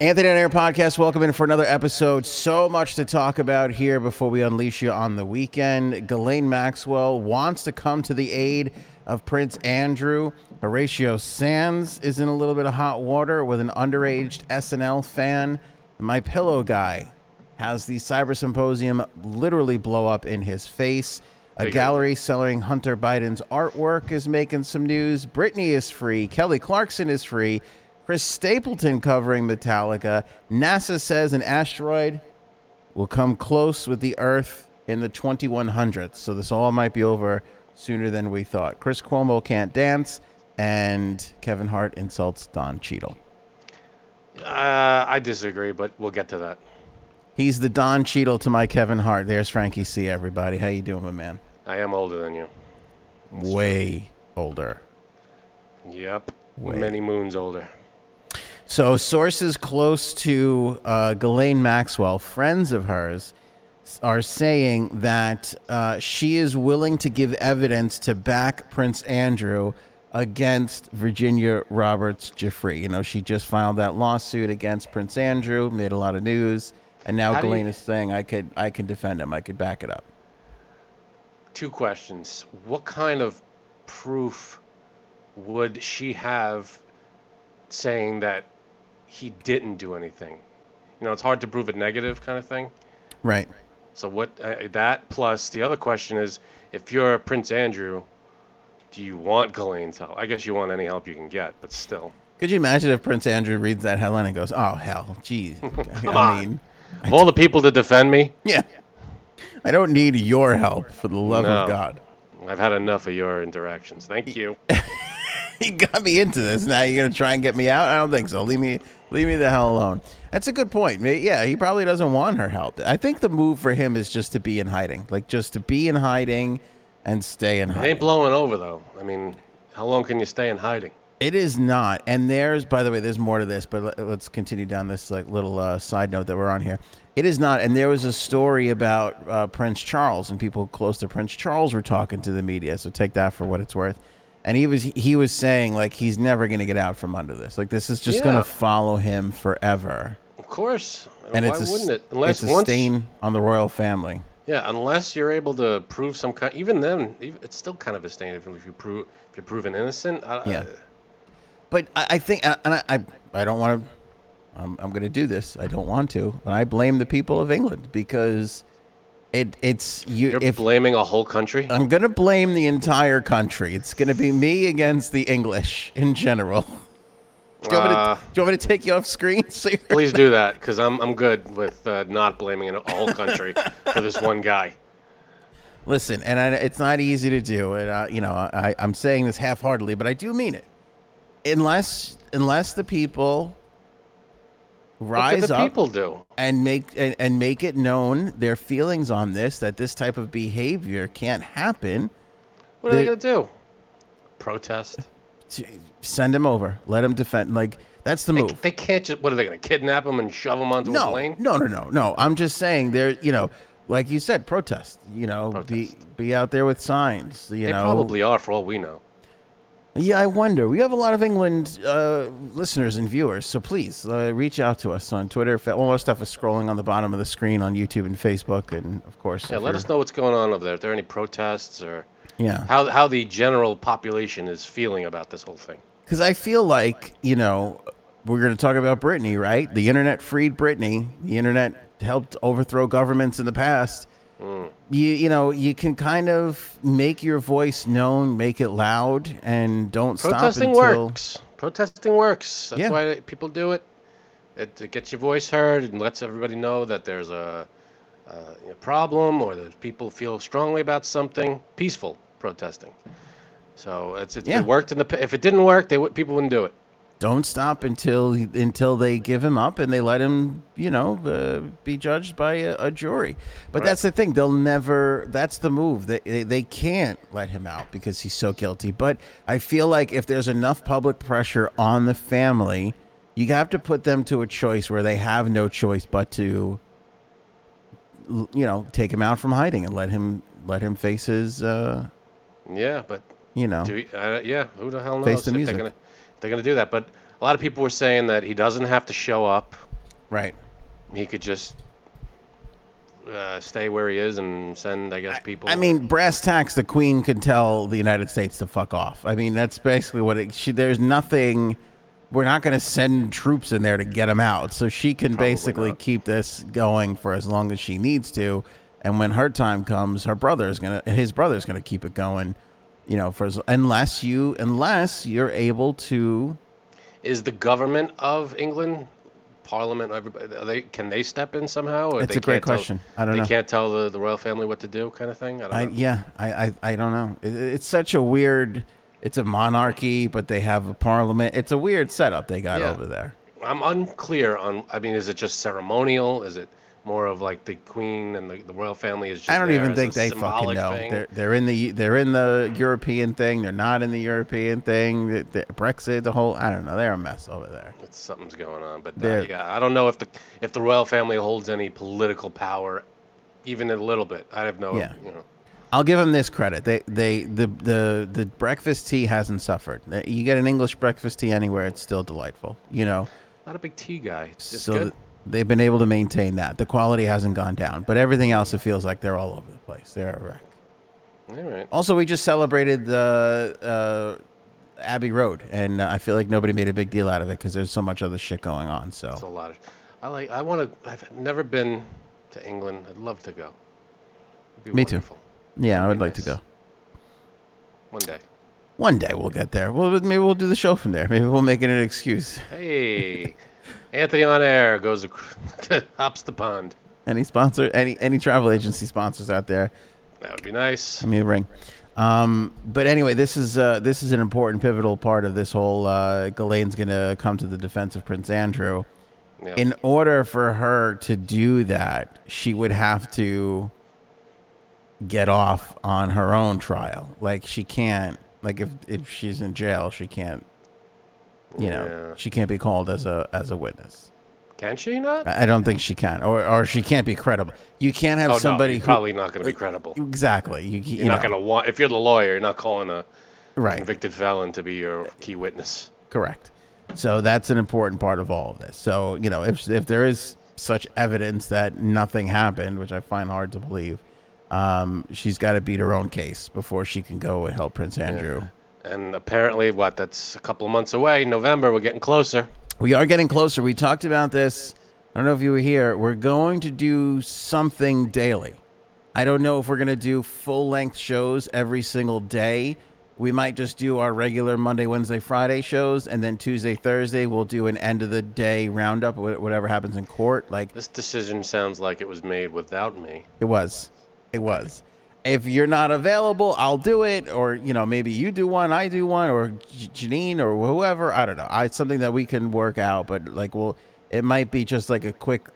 Anthony on Air podcast, welcome in for another episode. So much to talk about here before we unleash you on the weekend. Ghislaine Maxwell wants to come to the aid of Prince Andrew. Horatio Sands is in a little bit of hot water with an underage SNL fan. My pillow guy has the cyber symposium literally blow up in his face. A Big gallery selling Hunter Biden's artwork is making some news. Britney is free. Kelly Clarkson is free. Chris Stapleton covering Metallica. NASA says an asteroid will come close with the Earth in the 2100s. So this all might be over sooner than we thought. Chris Cuomo can't dance, and Kevin Hart insults Don Cheadle. Uh, I disagree, but we'll get to that. He's the Don Cheadle to my Kevin Hart. There's Frankie C. Everybody, how you doing, my man? I am older than you. Way older. Yep. Way. Many moons older. So sources close to uh, Ghislaine Maxwell, friends of hers, s- are saying that uh, she is willing to give evidence to back Prince Andrew against Virginia Roberts Jeffrey. You know, she just filed that lawsuit against Prince Andrew, made a lot of news, and now How do you- Ghislaine is saying, "I could, I could defend him. I could back it up." Two questions. What kind of proof would she have saying that he didn't do anything? You know, it's hard to prove a negative kind of thing. Right. So what uh, that plus the other question is, if you're Prince Andrew, do you want Colleen's help? I guess you want any help you can get, but still. Could you imagine if Prince Andrew reads that Helen and goes, "Oh hell, geez." I on. mean, Of all the people to defend me, Yeah. I don't need your help for the love of No. God. I've had enough of your interactions. Thank you. You got me into this. Now you're gonna try and get me out? I don't think so. Leave me leave me the hell alone. That's a good point. May- Yeah, he probably doesn't want her help. I think the move for him is just to be in hiding. Like just to be in hiding and stay in It ain't hiding. blowing over though. I mean, how long can you stay in hiding? It is not. And there's, by the way, there's more to this, but let- let's continue down this like little uh, side note that we're on here. It is not. And there was a story about uh, Prince Charles, and people close to Prince Charles were talking to the media. So take that for what it's worth. And he was he was saying like he's never going to get out from under this. Like this is just going Yeah. to follow him forever. Of course. And why it's a, s- wouldn't it? Unless it's a once, stain on the royal family. yeah, unless you're able to prove some kind. Even then, ev- it's still kind of a stain if you if you prove if you're proven innocent. I, Yeah. I- But I, I think, uh, and I, I, I don't want to. I'm, I'm going to do this. I don't want to, but I blame the people of England because it, it's you. you're if Uh, blaming a whole country. I'm going to blame the entire country, it's going to be me against the English in general. Do you, want me to, Uh, do you want me to take you off screen? So you're- please do that because I'm I'm good with uh, not blaming a whole country for this one guy. Listen, and I, it's not easy to do. And I, you know, I, I'm saying this half-heartedly, but I do mean it. Unless, unless the people What rise did the up people do? and make and, and make it known their feelings on this that this type of behavior can't happen What are they They- gonna do? Protest. t- send them over let them defend like that's the They, move they can't just. What are they gonna kidnap him and shove him onto a no plane? no no no no i'm just saying there you know like you said protest you know be be out there with signs you They know probably are, for all we know. yeah i wonder we have a lot of england uh, listeners and viewers so please uh, reach out to us on twitter fa- all our stuff is scrolling on the bottom of the screen on youtube and facebook and of course Yeah, if let you're- us know what's going on over there. If there are any protests or yeah how how the general population is feeling about this whole thing. Because I feel like, you know, we're going to talk about Britney, right? The internet freed Britney. The internet helped overthrow governments in the past. You, you know, you can kind of make your voice known, make it loud, and don't Protesting stop until. works. Protesting works. That's Yeah. why people do it. it. It gets your voice heard and lets everybody know that there's a, a problem or that people feel strongly about something. Peaceful protesting. So it's, it's Yeah. it worked in the. pa- If it didn't work, they would people wouldn't do it. Don't stop until until they give him up and they let him, you know, uh, be judged by a, a jury. But Right. that's the thing; they'll never. That's the move. They, they they can't let him out because he's so guilty. But I feel like if there's enough public pressure on the family, you have to put them to a choice where they have no choice but to, l- you know, take him out from hiding and let him let him face his, uh, Yeah, but you know, Do we, uh, yeah, who the hell knows Face the if music. they're gonna they're gonna do that? But a lot of people were saying that he doesn't have to show up. Right. He could just uh, stay where he is and send, I guess, people. I mean, brass tacks, the Queen could tell the United States to fuck off. I mean, that's basically what it. She, there's nothing. We're not going to send troops in there to get them out. So she can Probably basically not. keep this going for as long as she needs to. And when her time comes, her brother is gonna, his brother is gonna keep it going, you know, for as, unless you, unless you're able to. is the government of England, Parliament, everybody, are they can they step in somehow? Or It's they a great can't tell- question. I don't they know. can't tell the, the royal family what to do, kind of thing. I don't I, know. yeah, I, I, I don't know. It, it- it's such a weird. It's a monarchy, but they have a parliament. It's a weird setup they got Yeah. over there. I'm unclear on. I mean, is it just ceremonial? Is it more of like the queen and the, the royal family is just? I don't there even as a think they fucking symbolic know. thing? They're they're in the E, they're in the European thing. They're not in the European thing. The, the Brexit, the whole I don't know. They're a mess over there. It's- something's going on, but uh, They're- yeah, I don't know if the if the royal family holds any political power, even a little bit. I have no. Yeah. You know, I'll give them this credit. They they the the the breakfast tea hasn't suffered. You get an English breakfast tea anywhere, it's still delightful. You know. not a big tea guy. It's just so good. th- they've been able to maintain that. The quality hasn't gone down, but everything else it feels like they're all over the place. They're a wreck. All right. Also, we just celebrated the uh, Abbey Road, and uh, I feel like nobody made a big deal out of it because there's so much other shit going on. It's a So lot of. I like. I want to. I've never been to England. I'd love to go. It'd be Me too. wonderful. yeah, I would That'd be like to nice. go. One day. One day we'll get there. Well, maybe we'll do the show from there. Maybe we'll make it an excuse. Hey, Anthony on air goes ac- hops the pond. Any sponsor, any any travel agency sponsors out there, That would be nice. Give me a ring. Um, but anyway, this is uh, this is an important pivotal part of this whole. Uh, Ghislaine's going to come to the defense of Prince Andrew. Yeah. in order for her to do that, she would have to get off on her own trial. Like she can't like if if she's in jail, she can't you know, Yeah. she can't be called as a as a witness. Can she not? I I don't think she can or or she can't be credible. You can't have oh, no, somebody you're who probably not going to be credible. Exactly. You, you You're not know, going to want. If you're the lawyer, you're not calling a right. convicted felon to be your key witness. Correct. So that's an important part of all of this. So you know, if if there is such evidence that nothing happened, which I find hard to believe, um, she's got to beat her own case before she can go and help Prince Andrew. And apparently, what? That's a couple of months away. November. We're getting closer. We are getting closer. We talked about this. I don't know if you were here. We're going to do something daily. I don't know if we're going to do full length shows every single day. We might just do our regular Monday, Wednesday, Friday shows. And then Tuesday, Thursday, we'll do an end of the day roundup, wh- whatever happens in court. Like This decision sounds like it was made without me. it was. It was. If you're not available, I'll do it. Or, you know, maybe you do one, I do one, or J- Janine or whoever. I don't know. I, it's something that we can work out, but like, well, it might be just like a quick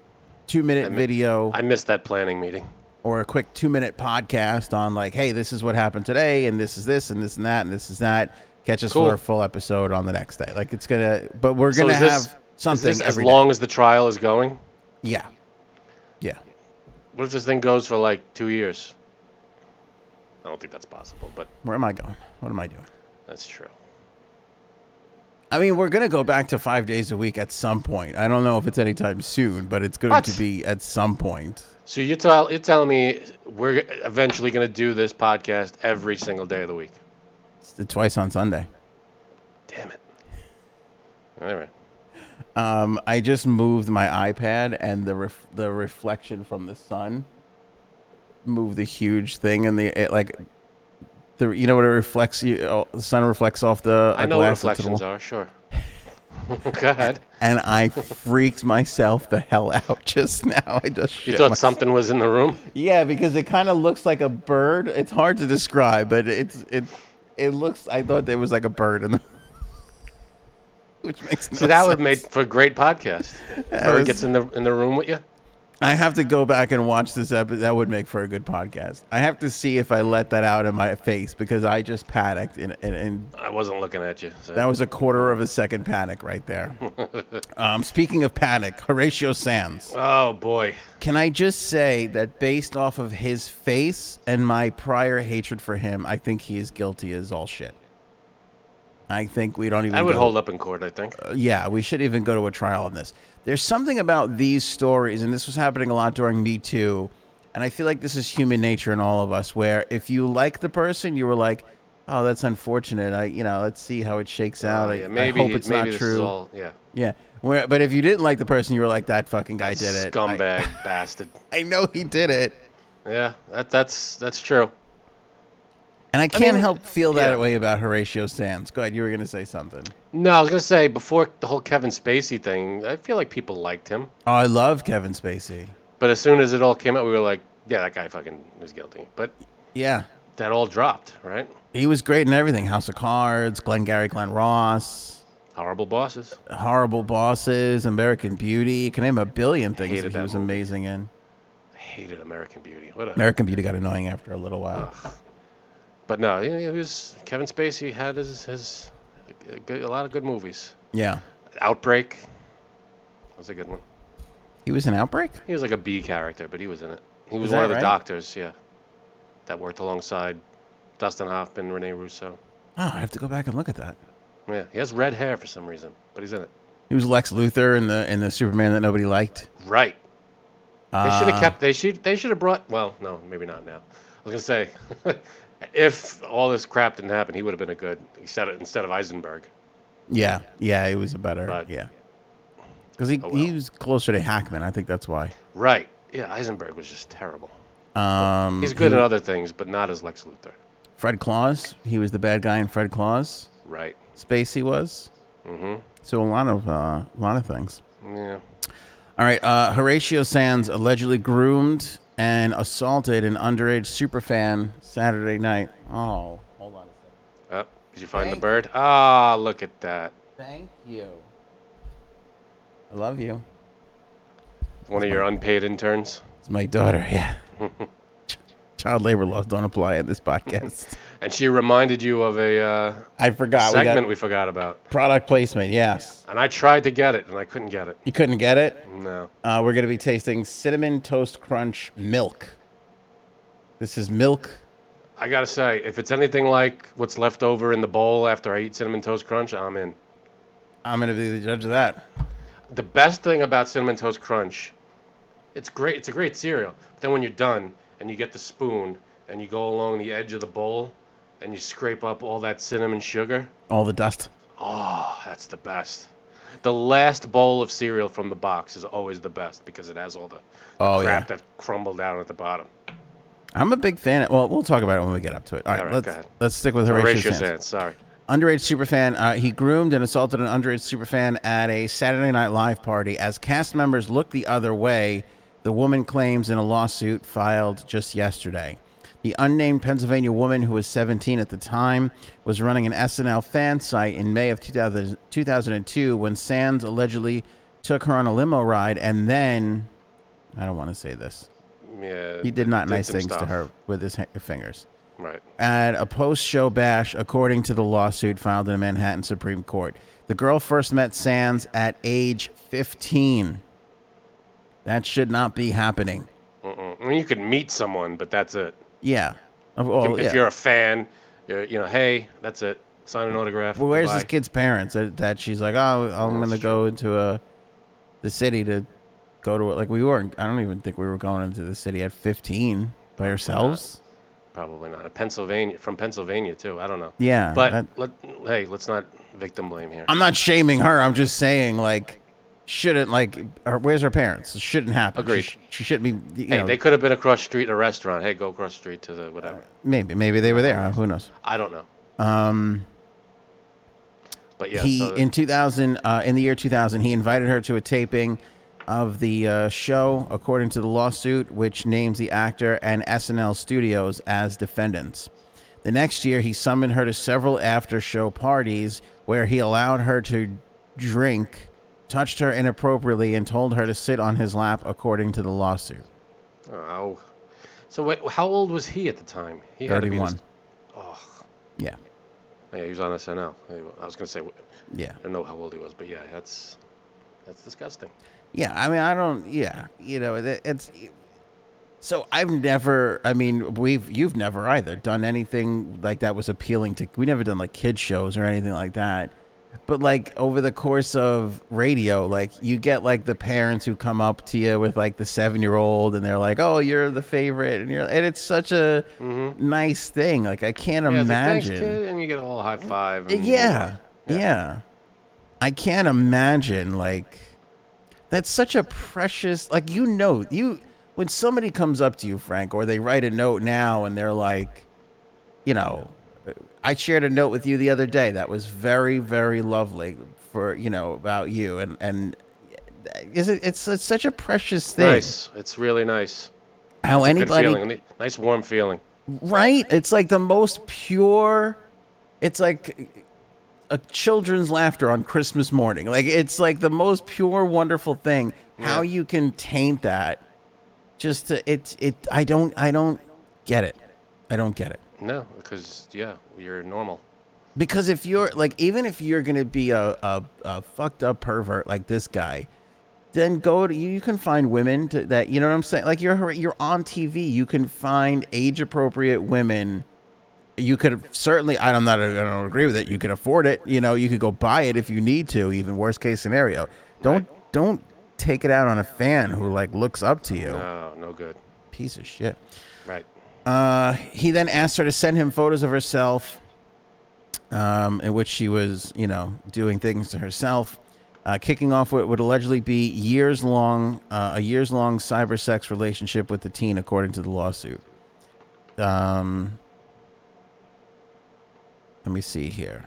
two minute I mi- video I missed that planning meeting. or a quick two minute podcast on like, hey, this is what happened today, and this is this, and this and that, and this is that. Catch us Cool. for a full episode on the next day. Like, it's going to, but we're So going to is this- have Is something this as every day. long as the trial is going? Yeah. What if this thing goes for like two years? I don't think that's possible, but Where am I going? What am I doing? that's true. I mean, we're gonna go back to five days a week at some point. I don't know if it's anytime soon, but it's going What? to be at some point. So you tell you're telling me we're eventually going to do this podcast every single day of the week? It's twice on Sunday. Damn it! All right. Um, I just moved my iPad, and the ref- the reflection from the sun moved the huge thing in the it, like the you know what it reflects you oh, the sun reflects off the I a know what glass onto the reflections wall. are. Sure. Go ahead. and I freaked myself the hell out just now. I just You shit thought myself. something was in the room? Yeah, because it kind of looks like a bird. It's hard to describe, but it's it it looks. I thought there was like a bird in the, which makes no So that would sense. make for a great podcast. That Bird was- gets in the in the room with you. I have to go back and watch this episode. That would make for a good podcast. I have to see if I let that out in my face because I just panicked and and, and I wasn't looking at you. So. that was a quarter of a second panic right there. um, speaking of panic, Horatio Sands. oh boy. Can I just say that based off of his face and my prior hatred for him, I think he is guilty as all shit. I think we don't even. I would go- hold up in court. I think. uh, yeah, we should even go to a trial on this. There's something about these stories, and this was happening a lot during Me Too, and I feel like this is human nature in all of us, where if you like the person, you were like, "Oh, that's unfortunate. I, you know, let's see how it shakes out. Uh, I, yeah, I maybe hope it's maybe not this is true." all yeah. Yeah. Where, but if you didn't like the person, you were like, "That fucking guy did it. I- Scumbag bastard. I know he did it." Yeah, that that's that's true. And I can't mean, help feel that yeah. way about Horatio Sands. Go ahead, you were gonna say something. No, I was gonna say before the whole Kevin Spacey thing, I feel like people liked him, Oh, I love Kevin Spacey. but as soon as it all came out, we were like, yeah, that guy fucking was guilty. But Yeah, that all dropped, right? he was great in everything: House of Cards, Glengarry Glen Ross, Horrible bosses. Horrible Bosses, American Beauty. You can name a billion things Hated that he that was movie. amazing in. I hated American Beauty. What a American Beauty got annoying after a little while. ugh. But no, he he was Kevin Spacey had his his a, good- a lot of good movies. Yeah, Outbreak was a good one. he was in Outbreak. He was like a B character, but he was in it. He was, Is one that of the right? doctors, yeah, that worked alongside Dustin Hoffman, Rene Russo. Oh, I have to go back and look at that. Yeah, he has red hair for some reason, but he's in it. He was Lex Luthor in the in the Superman that nobody liked. Right. They should Uh, have kept. They should. They should have brought. Well, no, maybe not now. I was gonna say, if all this crap didn't happen, he would have been a good instead of instead of Eisenberg. Yeah, yeah, it was a better. But- yeah, because he, Oh, he well. was closer to Hackman. I think that's why. Right. Yeah, Eisenberg was just terrible. Um, He's good he- at other things, but not as Lex Luthor. Fred Claus. He was the bad guy in Fred Claus. Right. Spacey was. Mm-hmm. So a lot of uh, a lot of things. Yeah. All right. Uh, Horatio Sands allegedly groomed and assaulted an underage superfan Saturday night. Oh, hold on a second. Oh, did you find Thank- the bird? Ah, look at that. Thank you. I love you. One of your unpaid interns. It's my daughter. Yeah. Ch- Child labor laws don't apply in this podcast. And she reminded you of a uh, I forgot. Ah, We segment got we forgot about. product placement. Yes. And I tried to get it, and I couldn't get it. You couldn't get it. No. Uh, we're going to be tasting cinnamon toast crunch milk. This is milk. I gotta say, if it's anything like what's left over in the bowl after I eat cinnamon toast crunch, I'm in. I'm going to be the judge of that. The best thing about cinnamon toast crunch, it's great. It's a great cereal. But then when you're done and you get the spoon and you go along the edge of the bowl and you scrape up all that cinnamon sugar, All the dust. oh, that's the best. The last bowl of cereal from the box is always the best because it has all the Oh crap yeah. that crumbled down at the bottom. I'm a big fan. Of, well, we'll talk about it when we get up to it. All right, All right, let's go ahead. let's stick with Horatio, Horatio Sands. Sands, sorry. Underage superfan. Uh, he groomed and assaulted an underage superfan at a Saturday Night Live party. As cast members looked the other way, the woman claims in a lawsuit filed just yesterday. The unnamed Pennsylvania woman, who was 17 at the time, was running an SNL fan site in May of 2000, 2002 when Sands allegedly took her on a limo ride and then, I don't want to say this, Yeah. he did not did nice some things to stuff. her with his ha- fingers Right. at a post show bash, according to the lawsuit filed in the Manhattan Supreme Court. The girl first met Sands at age 15. That should not be happening. Mm-mm. I mean, you could meet someone, but that's it. Yeah. Of all, if yeah. you're a fan, you're, you know, hey, that's it. Sign an autograph. Well, where's this goodbye. kid's parents that, that she's like, oh, I'm going That's to go into a, the city to go to it? Like, we weren't, I don't even think we were going into the city at 15 by ourselves. Probably not. A Pennsylvania from Pennsylvania too. I don't know. Yeah. But that- let, hey, let's not victim blame here. I'm not shaming her. I'm just saying, like, shouldn't like, her, where's her parents? It shouldn't happen. She Agreed. sh- She, shouldn't be. You hey, know, they could have been across the street in a restaurant. Hey, go across the street to the whatever. maybe, maybe they were there. huh? Who knows? I don't know. Um, But yeah, he so in 2000, uh, in the year 2000, he invited her to a taping of the uh, show, according to the lawsuit, which names the actor and SNL Studios as defendants. The next year, he summoned her to several after-show parties where he allowed her to drink, touched her inappropriately, and told her to sit on his lap, according to the lawsuit. oh, so wait, how old was he at the time? He had to be this- 31. Oh, Yeah, yeah, he was on SNL. Hey, I was gonna say I yeah. don't know how old he was, but yeah, that's that's disgusting. Yeah, I mean, I don't. Yeah, you know, it, it's. So I've never. I mean, we've you've never either done anything like that was appealing to. We never done like kid shows or anything like that. but like over the course of radio like you get like the parents who come up to you with like the seven year old and they're like oh you're the favorite and you're and it's such a Mm-hmm. nice thing like i can't Yeah, it's like, "Thanks, imagine kid," and you get a little high five. yeah, and- yeah Yeah. i can't imagine like that's such a precious like you know you when somebody comes up to you frank or they write a note now and they're like you know, I shared a note with you the other day that was very, very lovely for you know about you, and and uh, is it? It's, it's such a precious thing. Nice. It's really nice. How Good anybody, feeling. Ni- Nice warm feeling. right? It's like the most pure. It's like a children's laughter on Christmas morning. Like it's like the most pure, wonderful thing. How you can taint that? Just to, it, it. I don't. I don't get it. I don't get it. No, because yeah, you're normal. Because if you're like, even if you're gonna be a, a, a fucked up pervert like this guy, then go to you, you can find women to, that you know what I'm saying. Like you're you're on TV, you can find age appropriate women. You could certainly, I don't not I don't agree with it. You can afford it, you know. You could go buy it if you need to. Even worst case scenario, don't don't take it out on a fan who like looks up to you. No, no good. Piece of shit. Right. Uh, he then asked her to send him photos of herself, um, in which she was, you know, doing things to herself. Uh, kicking off what would allegedly be years long, uh, a years long cyber sex relationship with the teen, according to the lawsuit. Um, let me see here.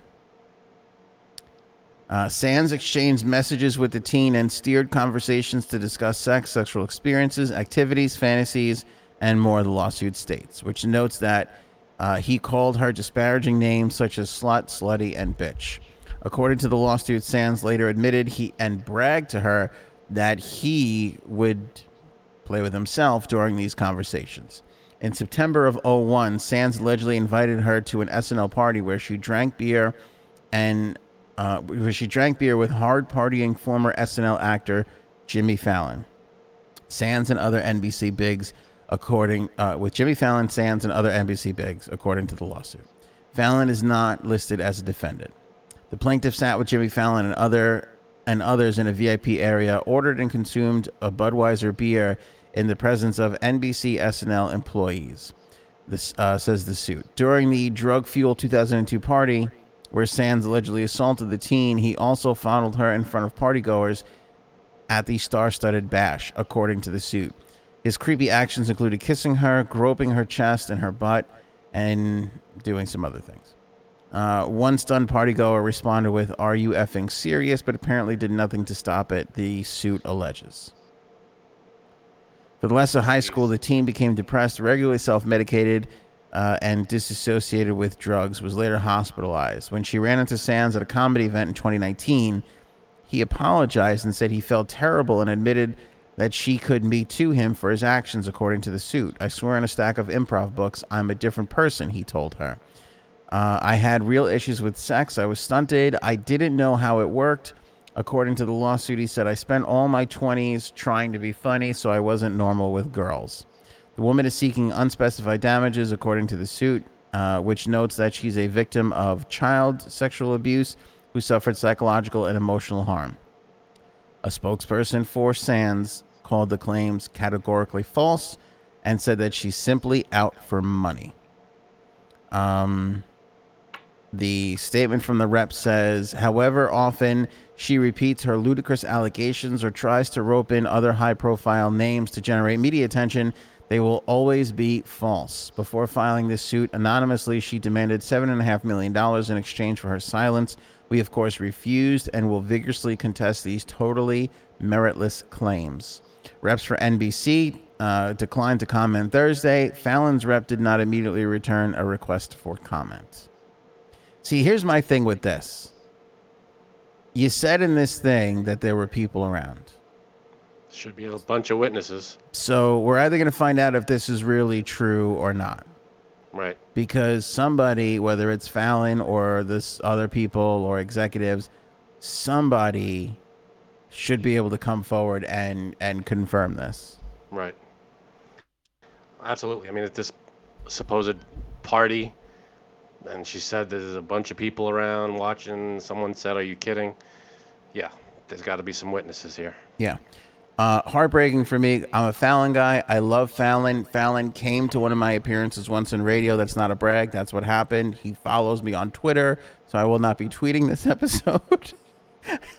Uh, Sands exchanged messages with the teen and steered conversations to discuss sex, sexual experiences, activities, fantasies, and more, the lawsuit states, which notes that uh, he called her disparaging names such as slut, slutty, and bitch. According to the lawsuit, Sands later admitted he and bragged to her that he would play with himself during these conversations. In September of 01, Sands allegedly invited her to an SNL party where she drank beer and uh, where she drank beer with hard partying former SNL actor Jimmy Fallon. Sands and other NBC bigs, according uh, with Jimmy Fallon, Sands and other NBC bigs, according to the lawsuit. Fallon is not listed as a defendant. The plaintiff sat with Jimmy Fallon and other and others in a VIP area, ordered and consumed a Budweiser beer in the presence of NBC SNL employees. This uh, says the suit. During the drug fuel 2002 party, where Sands allegedly assaulted the teen, he also fondled her in front of partygoers at the star-studded bash, according to the suit. His creepy actions included kissing her, groping her chest and her butt, and doing some other things. Uh, one stunned partygoer responded with, "Are you effing serious?" But apparently did nothing to stop it. The suit alleges. For the Lesser High School, the teen became depressed, regularly self-medicated, uh, and disassociated with drugs. Was later hospitalized. When she ran into Sands at a comedy event in 2019, he apologized and said he felt terrible and admitted that she could be to him for his actions, according to the suit. I swear on a stack of improv books, I'm a different person, he told her. Uh, I had real issues with sex. I was stunted. I didn't know how it worked. According to the lawsuit, he said, I spent all my 20s trying to be funny, so I wasn't normal with girls. The woman is seeking unspecified damages, according to the suit, uh, which notes that she's a victim of child sexual abuse who suffered psychological and emotional harm. A spokesperson for Sands called the claims categorically false and said that she's simply out for money. Um, the statement from the rep says, however often she repeats her ludicrous allegations or tries to rope in other high profile names to generate media attention, they will always be false. Before filing this suit anonymously, she demanded $7.5 million in exchange for her silence. We, of course, refused and will vigorously contest these totally meritless claims. Reps for NBC uh, declined to comment Thursday. Fallon's rep did not immediately return a request for comment. See, here's my thing with this. You said in this thing that there were people around. Should be a bunch of witnesses. So we're either going to find out if this is really true or not. Right. Because somebody, whether it's Fallon or this other people or executives, somebody should be able to come forward and and confirm this. Right. Absolutely. I mean, at this supposed party, And she said there's a bunch of people around watching. Someone said, Are you kidding? Yeah, there's got to be some witnesses here. Yeah. Uh, heartbreaking for me. I'm a Fallon guy. I love Fallon. Fallon came to one of my appearances once in radio. That's not a brag. That's what happened. He follows me on Twitter, so I will not be tweeting this episode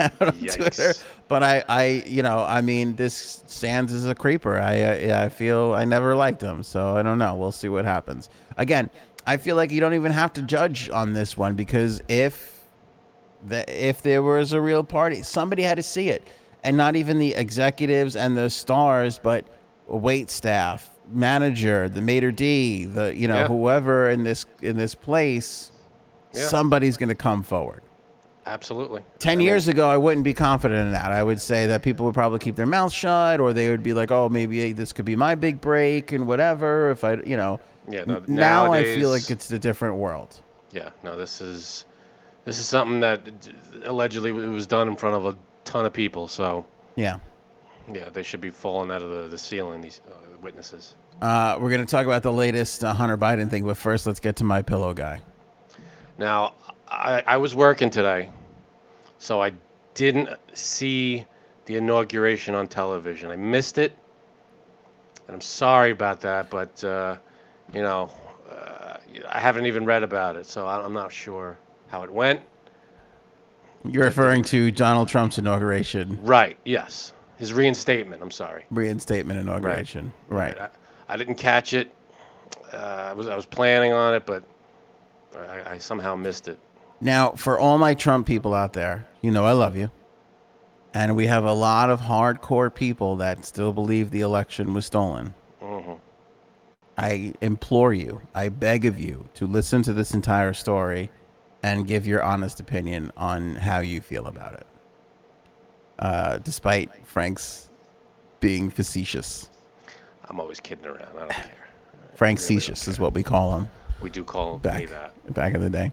out on Yikes. Twitter. But I, I, you know, I mean, this Sands is a creeper. I, uh, yeah, I feel I never liked him, so I don't know. We'll see what happens. Again, I feel like you don't even have to judge on this one because if that if there was a real party, somebody had to see it, and not even the executives and the stars, but wait staff, manager, the maitre d, the you know Yeah. whoever in this in this place, Yeah. somebody's going to come forward. Absolutely. 10 I mean, years ago, I wouldn't be confident in that. I would say that people would probably keep their mouth shut or they would be like, oh, maybe this could be my big break and whatever. If I, you know, Yeah, N- no, now I feel nowadays- like it's a different world. Yeah, no, this is this is something that d- allegedly it was done in front of a ton of people. So Yeah. yeah, they should be falling out of the, the ceiling. These uh, witnesses. Uh, we're going to talk about the latest uh, Hunter Biden thing, but first, let's get to my pillow guy. Now, I, I was working today, so I didn't see the inauguration on television. I missed it, and I'm sorry about that. But uh, you know, uh, I haven't even read about it, so I- I'm not sure how it went. You're referring to Donald Trump's inauguration, Right? Yes, his reinstatement. I'm sorry. reinstatement inauguration. Right. I, I didn't catch it. Uh, I was I was planning on it, but I, I somehow missed it. Now, for all my Trump people out there, you know I love you. And we have a lot of hardcore people that still believe the election was stolen. hmm I implore you, I beg of you to listen to this entire story and give your honest opinion on how you feel about it. Uh, despite Frank's being facetious, I'm always kidding around. I don't care. Frank Really don't Cetious is what we call him We do call me back that. back in the day.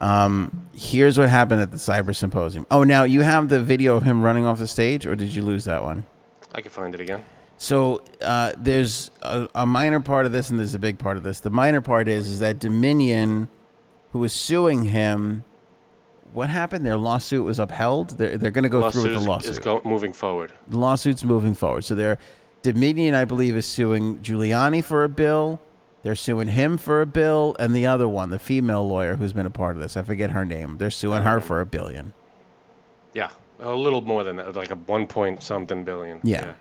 Um, here's what happened at the cyber symposium. Oh, now you have the video of him running off the stage, or did you lose that one? I can find it again. So uh, there's a, a minor part of this, and there's a big part of this. The minor part is is that Dominion, who is suing him, what happened? Their lawsuit was upheld. They're they're going to go through with the Lawsuit lawsuit. is, is go, moving forward. the lawsuit's moving forward. So they're Dominion, I believe, is suing Giuliani for a bill. They're suing him for a bill, and the other one, the female lawyer who's been a part of this, I forget her name. They're suing Um, her for a billion. Yeah, a little more than that, like a one point something billion. Yeah.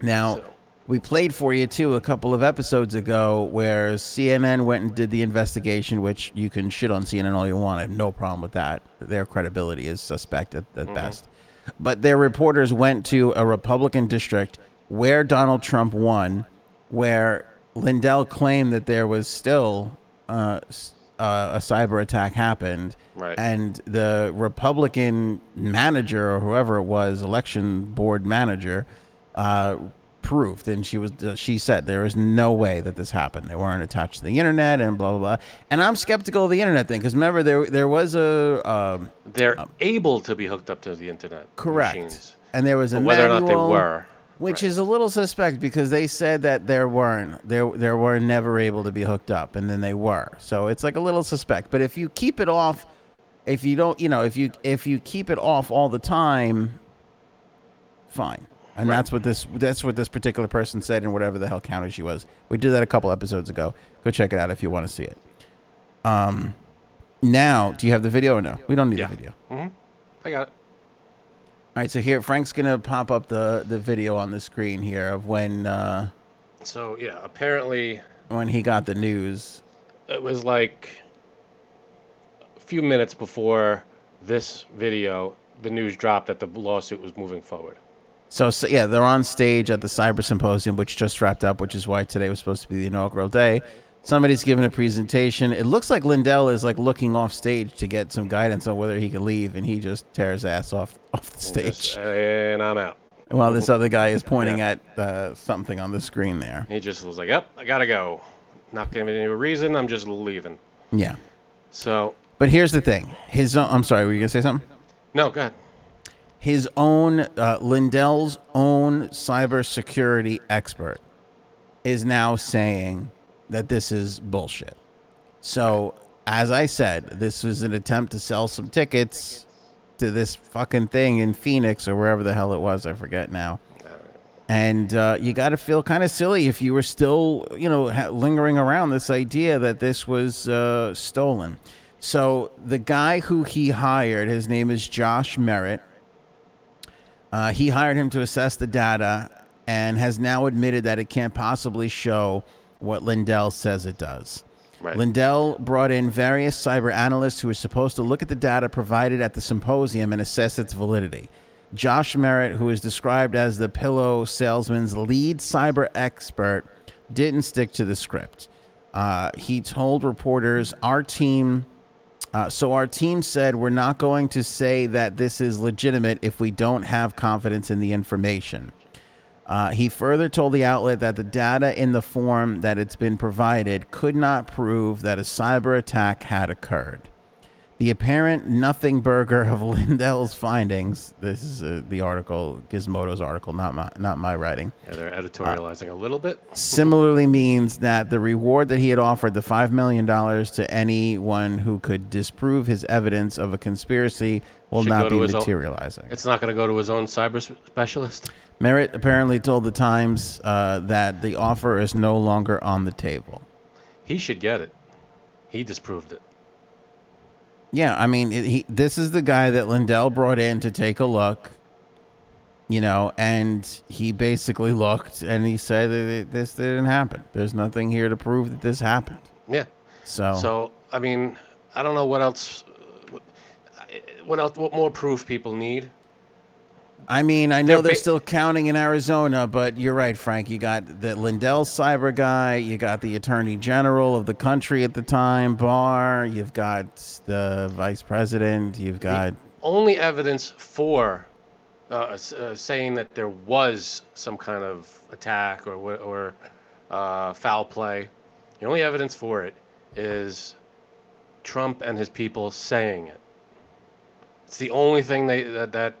Now. So, we played for you too a couple of episodes ago where CNN went and did the investigation, which you can shit on CNN all you want. I have no problem with that. Their credibility is suspect at, at best. But their reporters went to a Republican district where Donald Trump won, where Lindell claimed that there was still uh, s- uh, a cyber attack happened. Right. And the Republican manager or whoever it was, election board manager, uh, proved, and she was uh, she said there is no way that this happened. They weren't attached to the internet, and blah blah blah. And I'm skeptical of the internet thing because remember there there was a um, they're able to be hooked up to the internet. correct, Machines, and there was a but whether or not they manual, were. which right. is a little suspect because they said that there weren't there there were never able to be hooked up, and then they were. So it's like a little suspect. But if you keep it off, if you don't, you know, if you if you keep it off all the time, fine. And Right. that's what this that's what this particular person said in whatever the hell county she was. We did that a couple episodes ago. Go check it out if you want to see it. Um, now, do you have the video or no? We don't need Yeah. the video. Mm-hmm. I got it. All right, so here Frank's gonna pop up the the video on the screen here of when uh, So yeah, apparently when he got the news. it was like a few minutes before this video, the news dropped that the lawsuit was moving forward. So, so yeah, they're on stage at the Cyber Symposium, which just wrapped up, which is why today was supposed to be the inaugural day. Somebody's giving a presentation. It looks like Lindell is like looking off stage to get some guidance on whether he can leave, and he just tears ass off off the And just- stage And I'm out. while this other guy is pointing at uh, something on the screen there. He just was like, "Yep, I gotta go. Not giving any reason. I'm just leaving." Yeah, So but here's the thing. His own, I'm sorry, were you gonna say something? no, go ahead. his own uh, Lindell's own cybersecurity expert is now saying that this is bullshit. So as I said, this was an attempt to sell some tickets to this fucking thing in Phoenix or wherever the hell it was. I forget now. And uh, you got to feel kind of silly if you were still, you know, ha- lingering around this idea that this was uh, stolen. So the guy who he hired, his name is Josh Merritt. Uh, he hired him to assess the data and has now admitted that it can't possibly show what Lindell says it does. Right. Lindell brought in various cyber analysts who were supposed to look at the data provided at the symposium and assess its validity. Josh Merritt, who is described as the pillow salesman's lead cyber expert, didn't stick to the script. Uh, he told reporters, Our team, uh, so our team said, We're not going to say that this is legitimate if we don't have confidence in the information. Uh, he further told the outlet that the data in the form that it's been provided could not prove that a cyber attack had occurred. The apparent nothing burger of Lindell's findings. This is uh, the article, Gizmodo's article, not my not my writing Yeah, they're editorializing a little bit. similarly means that the reward that he had offered, the $5 million to anyone who could disprove his evidence of a conspiracy, will Should not go be to his own- materializing. It's not going to go to his own cyber s- specialist. Merritt apparently told the Times uh, that the offer is no longer on the table. He should get it. He disproved it. Yeah, I mean, it, he, this is the guy that Lindell brought in to take a look, you know, and he basically looked and he said that it, this didn't happen. There's nothing here to prove that this happened. Yeah. So, So I mean, I don't know what else. What, what else? What more proof people need? I mean, I know They're they're ba- still counting in Arizona, but you're right, Frank. You got the Lindell cyber guy. You got the attorney general of the country at the time, Barr. You've got the vice president. You've got. Only evidence for uh, s- uh, saying that there was some kind of attack or wha- or uh, foul play. The only evidence for it is Trump and his people saying it. It's the only thing they that that,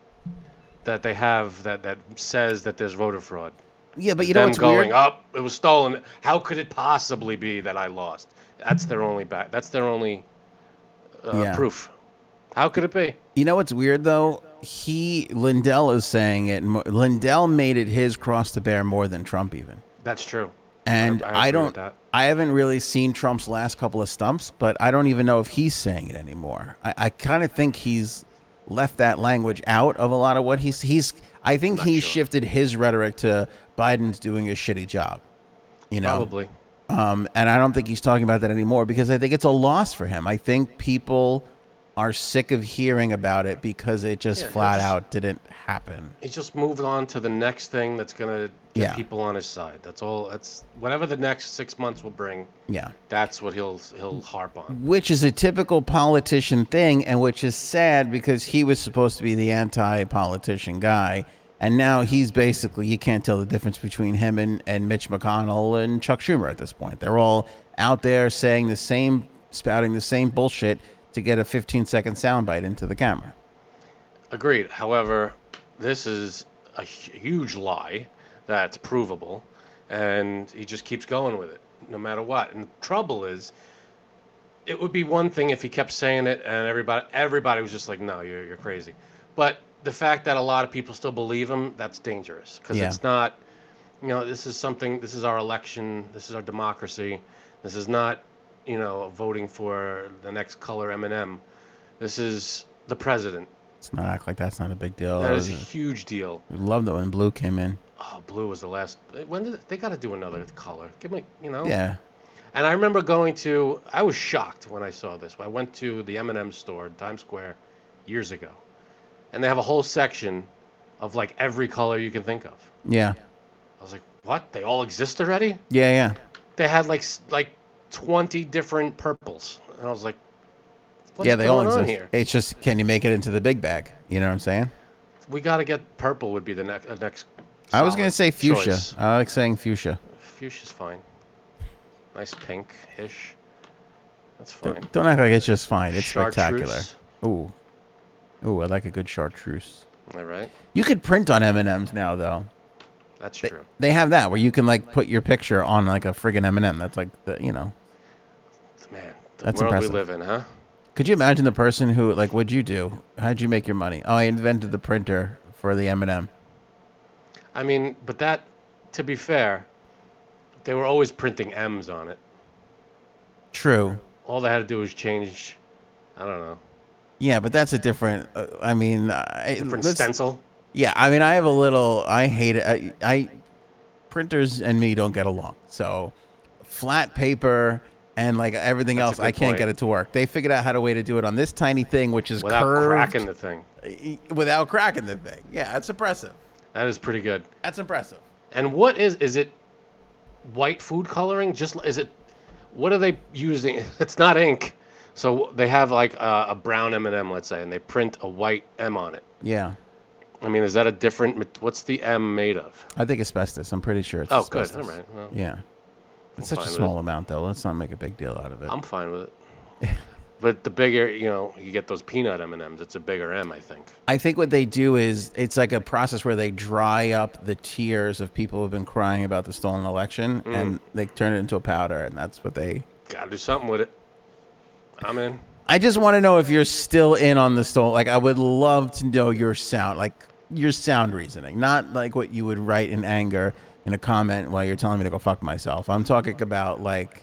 that they have that that says that there's voter fraud. Yeah, but you know them what's going weird? up. It was stolen. How could it possibly be that I lost? That's their only back. That's their only uh, Yeah. proof. How could it be? You know what's weird though? He Lindell is saying it. mo- Lindell made it his cross to bear more than Trump even. That's true. And I, agree with don't. That. I haven't really seen Trump's last couple of stumps, but I don't even know if he's saying it anymore. I, I kind of think he's left that language out of a lot of what he's he's. I think Not he sure. shifted his rhetoric to Biden's doing a shitty job, you know. Probably. Um, and I don't think he's talking about that anymore because I think it's a loss for him. I think people are sick of hearing about it because it just Yeah, flat it's- out didn't happen. He just moved on to the next thing that's gonna get Yeah. people on his side. That's all. That's whatever the next six months will bring. Yeah. That's what he'll he'll harp on. which is a typical politician thing and which is sad because he was supposed to be the anti-politician guy and now he's basically you can't tell the difference between him and, and mitch mcconnell and chuck schumer at this point they're all out there saying the same spouting the same bullshit to get a 15 second soundbite into the camera Agreed. However, this is a hu- huge lie that's provable, and he just keeps going with it no matter what. And the trouble is, it would be one thing if he kept saying it and everybody everybody was just like, "No, you're you're crazy." But the fact that a lot of people still believe him, that's dangerous because Yeah. it's not, you know, this is something. This is our election. This is our democracy. This is not, you know, voting for the next color M&M. This is the president. let's not act like that's not a big deal That is a huge deal. we loved it when blue came in Oh, blue was the last. When did they got to do another color? Give me, you know. yeah And I remember going to. I was shocked when I saw this. I went to the M&M store in Times Square years ago, and they have a whole section of like every color you can think of. yeah I was like, what? They all exist already? yeah yeah They had like s- like twenty different purples, and I was like, what's yeah they all going on exist here? it's just can you make it into the big bag you know what i'm saying We got to get purple. Would be the next uh, next. I was gonna say solid fuchsia. choice. I like saying fuchsia. Fuchsia's fine. Nice pink ish. That's fine. Don't, don't act like it's just fine. It's spectacular. Chartreuse, Ooh, ooh, I like a good chartreuse. All right. You could print on M and M's now, though. That's They, true. they have that where you can like put your picture on like a friggin' M and M. That's like the you know. Man, The That's world impressive. we live in, huh? Could you imagine the person who like what'd you do? How'd you make your money? Oh, I invented the printer for the M&M. I mean, but that, to be fair, they were always printing M's on it. True. All they had to do was change, I don't know, Yeah, but that's a different uh, I mean, I, different let's- stencil. yeah, I mean, I have a little I hate it. I, I printers and me don't get along. So, flat paper and like everything That's else, a I good can't point. get it to work. They figured out how to way to do it on this tiny thing which is without curved E, cracking the thing. without cracking the thing. Yeah, that's impressive. That is pretty good. That's impressive. And what is is it? White food coloring? Just is it? What are they using? It's not ink. So they have like a, a brown M and M, let's say, and they print a white M on it. Yeah. I mean, is that a different? mat- What's the M made of? I think asbestos. I'm pretty sure it's Oh, good. asbestos. All right. Well, Yeah. It's such a I'm fine with it. small amount, though. Let's not make a big deal out of it. I'm fine with it. But the bigger, you know, you get those peanut M and M's. It's a bigger M, I think. I think what they do is it's like a process where they dry up the tears of people who've been crying about the stolen election Mm. and they turn it into a powder, and that's what they. Got to do something with it. I'm in. I just want to know if you're still in on the stolen. Like, I would love to know your sound, like your sound reasoning, not like what you would write in anger in a comment while you're telling me to go fuck myself. I'm talking about like,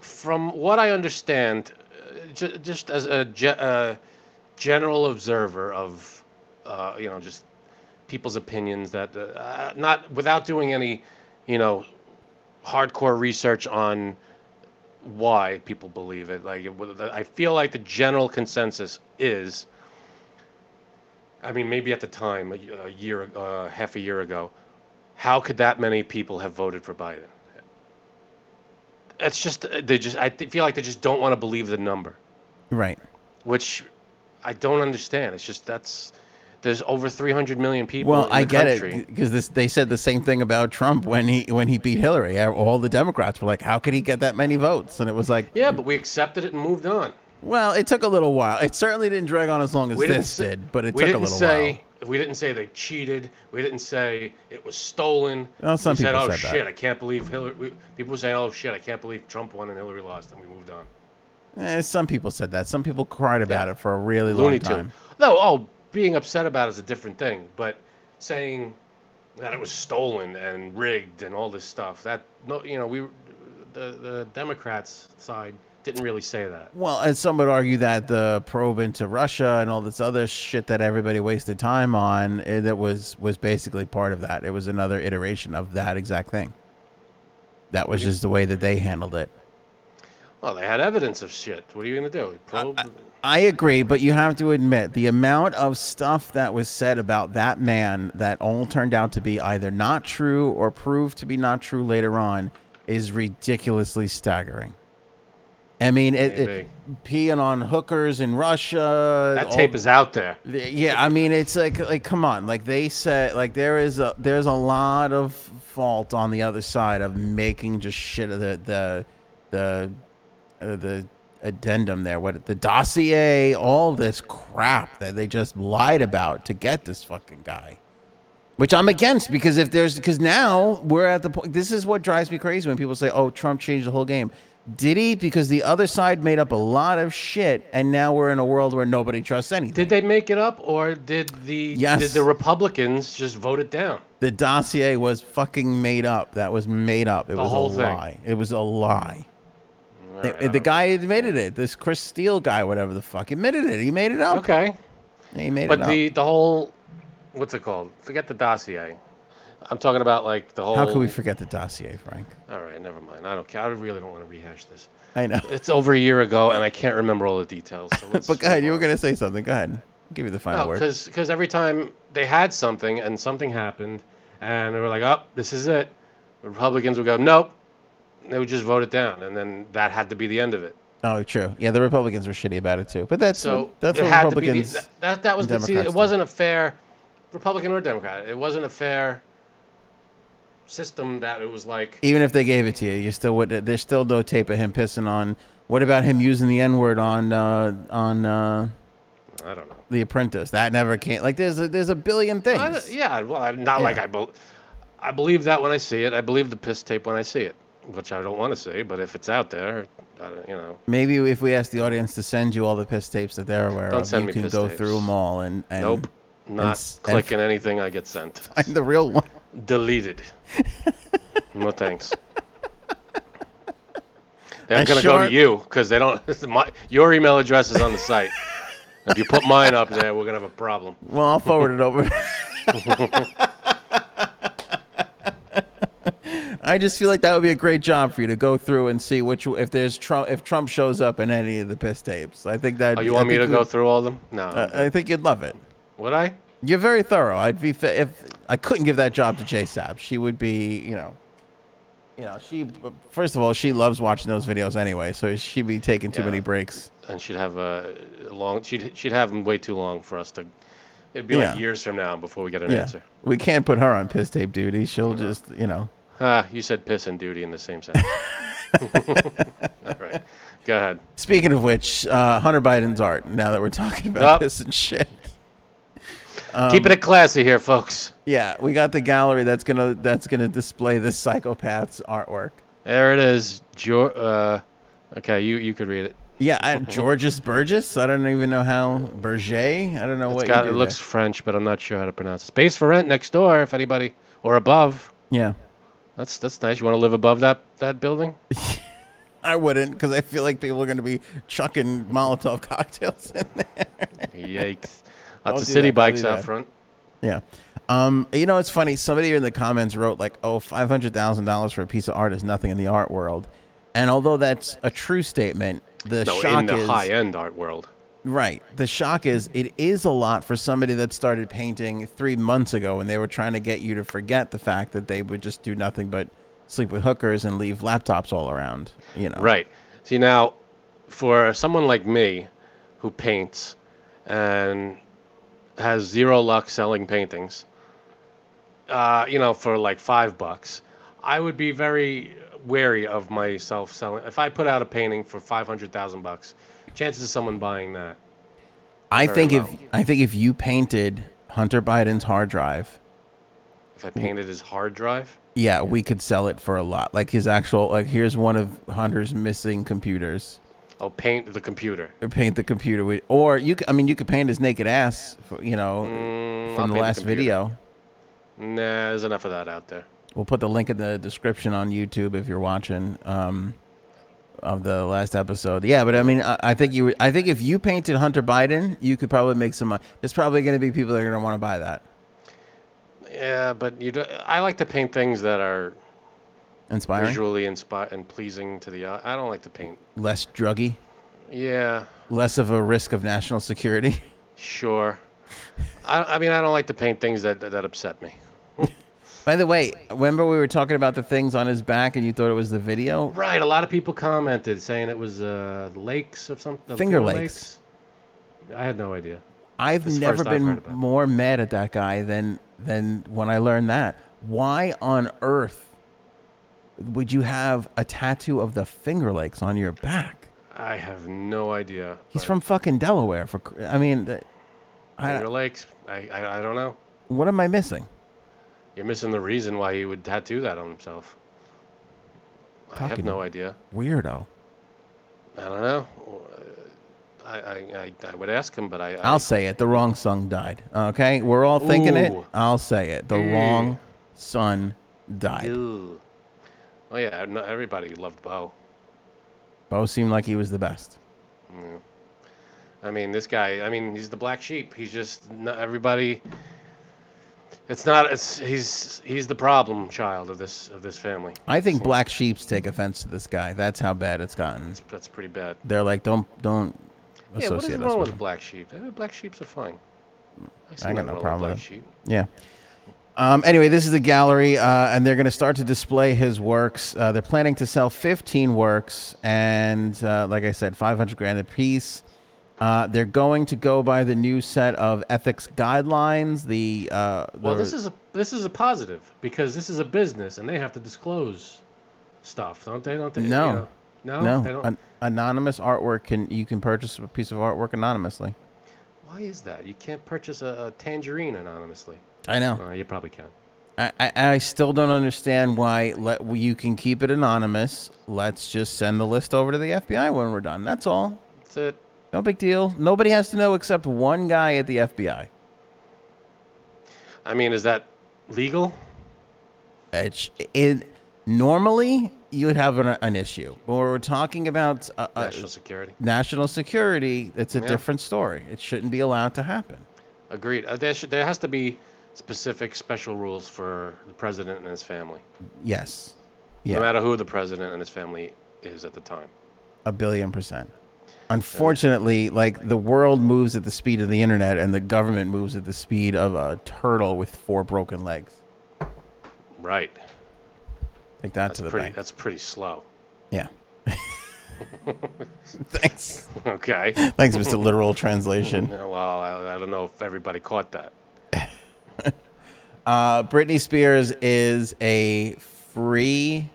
From what I understand, uh, ju- just as a ge- uh, general observer of, uh, you know, just people's opinions that, uh, uh, not without doing any, you know, hardcore research on why people believe it. Like, it- whether- I feel like the general consensus is, I mean, maybe at the time, a y- a year, uh, half a year ago, how could that many people have voted for Biden? It's just uh, they just I th- feel like they just don't want to believe the number, right. which I don't understand. It's just that's there's over 300 million people. Well, in I the get country. it because this they said the same thing about Trump when he when he beat Hillary. Uh, All the Democrats were like, "How could he get that many votes?" And it was like, Yeah, but we accepted it and moved on. "Well, it took a little while. It certainly didn't drag on as long as We didn't this say- did, but it we took a didn't little say we didn't say they cheated. We didn't say it was stolen. Well, some we said, people "Oh said that. shit, I can't believe Hillary." We, people say, "Oh shit, I can't believe Trump won and Hillary lost," and we moved on. while." Eh, some people said that. Some people cried about it for a really long Looney time. Tune. No, oh, being upset about it is a different thing, but saying that it was stolen and rigged and all this stuff that no, you know, we the the Democrats side didn't really say that. Well, and some would argue that the probe into Russia and all this other shit that everybody wasted time on eh, that was was basically part of that. It was another iteration of that exact thing. That was just the way that they handled it. Well, they had evidence of shit. What are you gonna do? Uh, Probe? I agree, but you have to admit the amount of stuff that was said about that man that all turned out to be either not true or proved to be not true later on is ridiculously staggering. I mean, it, it, Maybe. peeing on hookers in Russia. that all- tape is out there. Th- Yeah, I mean, it's like, like, come on, like they said, like there is a there's a lot of fault on the other side of making just shit of the the the uh, the addendum there, what the dossier, all this crap that they just lied about to get this fucking guy, which I'm against because if there's because now we're at the point. This is what drives me crazy when people say, "Oh, Trump changed the whole game." Did he? Because the other side made up a lot of shit, and now we're in a world where nobody trusts anything. Did they make it up, or did the did Yes. the Republicans just vote it down? The dossier was fucking made up. That was made up. It was whole a thing. lie. It was a lie. All The- right, I the don't- guy admitted it. This Chris Steele guy, whatever the fuck, admitted it. He made it up. Uh, Okay, He made but it up. the the whole what's it called? Forget the dossier. I'm talking about like the whole. How could we forget the dossier, Frank? All right, never mind. I don't care. I really don't want to rehash this. I know. It's over a year ago, and I can't remember all the details. So let's But go ahead. move You were on. gonna say something. Go ahead. I'll give you the final No, word. because because every time they had something and something happened, and they were like, "Oh, this is it," Republicans would go, "Nope," they would just vote it down, and then that had to be the end of it. Oh, true. Yeah, the Republicans were shitty about it too. But that's So what, that's it what had Republicans. to be the, that that was and the, see, Democrats it did. wasn't a fair Republican or Democrat. It wasn't a fair system that it was like Even if they gave it to you, you still would. There's still no tape of him pissing on. What about him using the N word on uh, on uh, I don't know. The Apprentice? That never came. Like there's a, there's a billion things. I, yeah, well, I'm not like Yeah. I believe. I believe that when I see it. I believe the piss tape when I see it. which I don't want to say, but if it's out there, I don't- you know, Maybe if we ask the audience to send you all the piss tapes that they're aware Don't of, send you me can piss go tapes. through them all and, and nope, not s- and f- clicking anything I get sent. find the real one. Deleted. no thanks. A They're gonna go short- to you because they don't. My, your email address is on the site. if you put mine up there, we're gonna have a problem. Well, I'll forward it over. I just feel like that would be a great job for you to go through and see which if there's Trump if Trump shows up in any of the piss tapes. I think that Oh, you want me to go through all of them? No. I think you'd love it. Would I? You're very thorough. I'd be fa- if I couldn't give that job to JSAP. She would be, you know, you know. She first of all, she loves watching those videos anyway, so she'd be taking too Yeah. many breaks. And she'd have a a long. She'd she'd have them way too long for us to. It'd be Yeah. like years from now before we get an Yeah. answer. We can't put her on piss tape duty. She'll just, you know. Ah, you said piss and duty in the same sentence. all right, go ahead. Speaking of which, uh, Hunter Biden's art. Now that we're talking about Yup. this and shit. Um, Keeping it classy here, folks. Yeah, we got the gallery that's gonna that's gonna display this psychopath's artwork. There it is. Jo- uh, okay, you you could read it. Yeah, I, Mm-hmm. Georges Burgess. I don't even know how Berger. I don't know It's what. you got, do it there. looks French, but I'm not sure how to pronounce it. Space for rent next door, if anybody, or above. Yeah, That's that's nice. You want to live above that that building? I wouldn't because I feel like people are gonna be chucking Molotov cocktails in there. Yikes! Don't Lots of do city that, don't bikes do out that. front. Yeah. Um, you know, it's funny. Somebody in the comments wrote like, "Oh, five hundred thousand dollars for a piece of art is nothing in the art world," and although that's a true statement, the No, shock in the is high end art world. right. The shock is it is a lot for somebody that started painting three months ago, and they were trying to get you to forget the fact that they would just do nothing but sleep with hookers and leave laptops all around. You know, Right. See now, for someone like me, who paints, and has zero luck selling paintings, uh, you know, for like five bucks, I would be very wary of myself selling. If I put out a painting for five hundred thousand bucks, chances of someone buying that. I Very think if low. I think if you painted Hunter Biden's hard drive, If I painted his hard drive, Yeah, we could sell it for a lot. Like his actual, like here's one of Hunter's missing computers. I'll paint the computer. Or paint the computer with, or you. c- I mean, you could paint his naked ass. For, you know, Mm, I'll from paint the last computer. video. Nah, there's enough of that out there. We'll put the link in the description on YouTube if you're watching. Um, of the last episode. Yeah, but I mean, I, I think you. would- I think if you painted Hunter Biden, you could probably make some money. There's probably going to be people that are going to want to buy that Yeah, but you. Do, I like to paint things that are inspiring, visually inspired and pleasing to the eye. I don't like to paint. less druggy, Yeah, less of a risk of national security. sure. I, I mean, I don't like to paint things that that, that upset me. By the way, remember we were talking about the things on his back and you thought it was the video? Right. A lot of people commented saying it was uh, lakes of something. Finger Lakes. I had no idea. I've This is the never first I've heard been about it. more mad at that guy than than when I learned that. Why on earth would you have a tattoo of the Finger Lakes on your back? I have no idea. He's but from fucking Delaware. For cr- I mean, th- I, Finger Lakes. I, I I don't know. what am I missing? You're missing the reason why he would tattoo that on himself. I have Talking- no idea. Weirdo. I don't know. I I, I, I would ask him, but I, I I'll say it. The wrong son died. Okay, we're all thinking it. Ooh. I'll say it. The Mm. wrong son died. Ew. Oh yeah, no, everybody loved Bo. Bo seemed like he was the best. Yeah. I mean, this guy. I mean, he's the black sheep. He's just not everybody. It's not. It's he's he's the problem child of this of this family. I think black sheeps take offense to this guy. That's how bad it's gotten. That's, that's pretty bad. They're like, don't don't Yeah, what is associate us wrong with. with black sheep? Eh, Black sheeps are fine. see I got no nothing wrong with problem with Black it. sheep. Yeah. Um, anyway, this is the gallery, uh, and they're going to start to display his works. Uh, they're planning to sell 15 works, and uh, like I said, 500 grand a piece. Uh, they're going to go by the new set of ethics guidelines. The uh, Well, the- this is a this is a positive because this is a business and they have to disclose stuff, don't they? Don't they? you No. know? no, They no don't. an- anonymous artwork. Can you can purchase a piece of artwork anonymously? Why is that? You can't purchase a, a tangerine anonymously. I know. Uh, you probably can. I, I, I still don't understand why let you can keep it anonymous. Let's just send the list over to the FBI when we're done. That's all. That's it. No big deal. Nobody has to know except one guy at the FBI. I mean, is that legal? It's it. Normally, you'd have an, an issue, but when we're talking about uh, uh, National security. national security. It's a Yeah. different story. It shouldn't be allowed to happen. Agreed. Uh, there should there has to be specific special rules for the president and his family, Yes, Yeah. no matter who the president and his family is at the time. a billion percent. Unfortunately, like the world moves at the speed of the internet, and the government moves at the speed of a turtle with four broken legs. Right. Take that That's to the pretty. bank. That's pretty slow. Yeah. Thanks. Okay. Thanks, Mr. Literal Translation. Yeah, well, I, I don't know if everybody caught that. Uh, Britney Spears is a free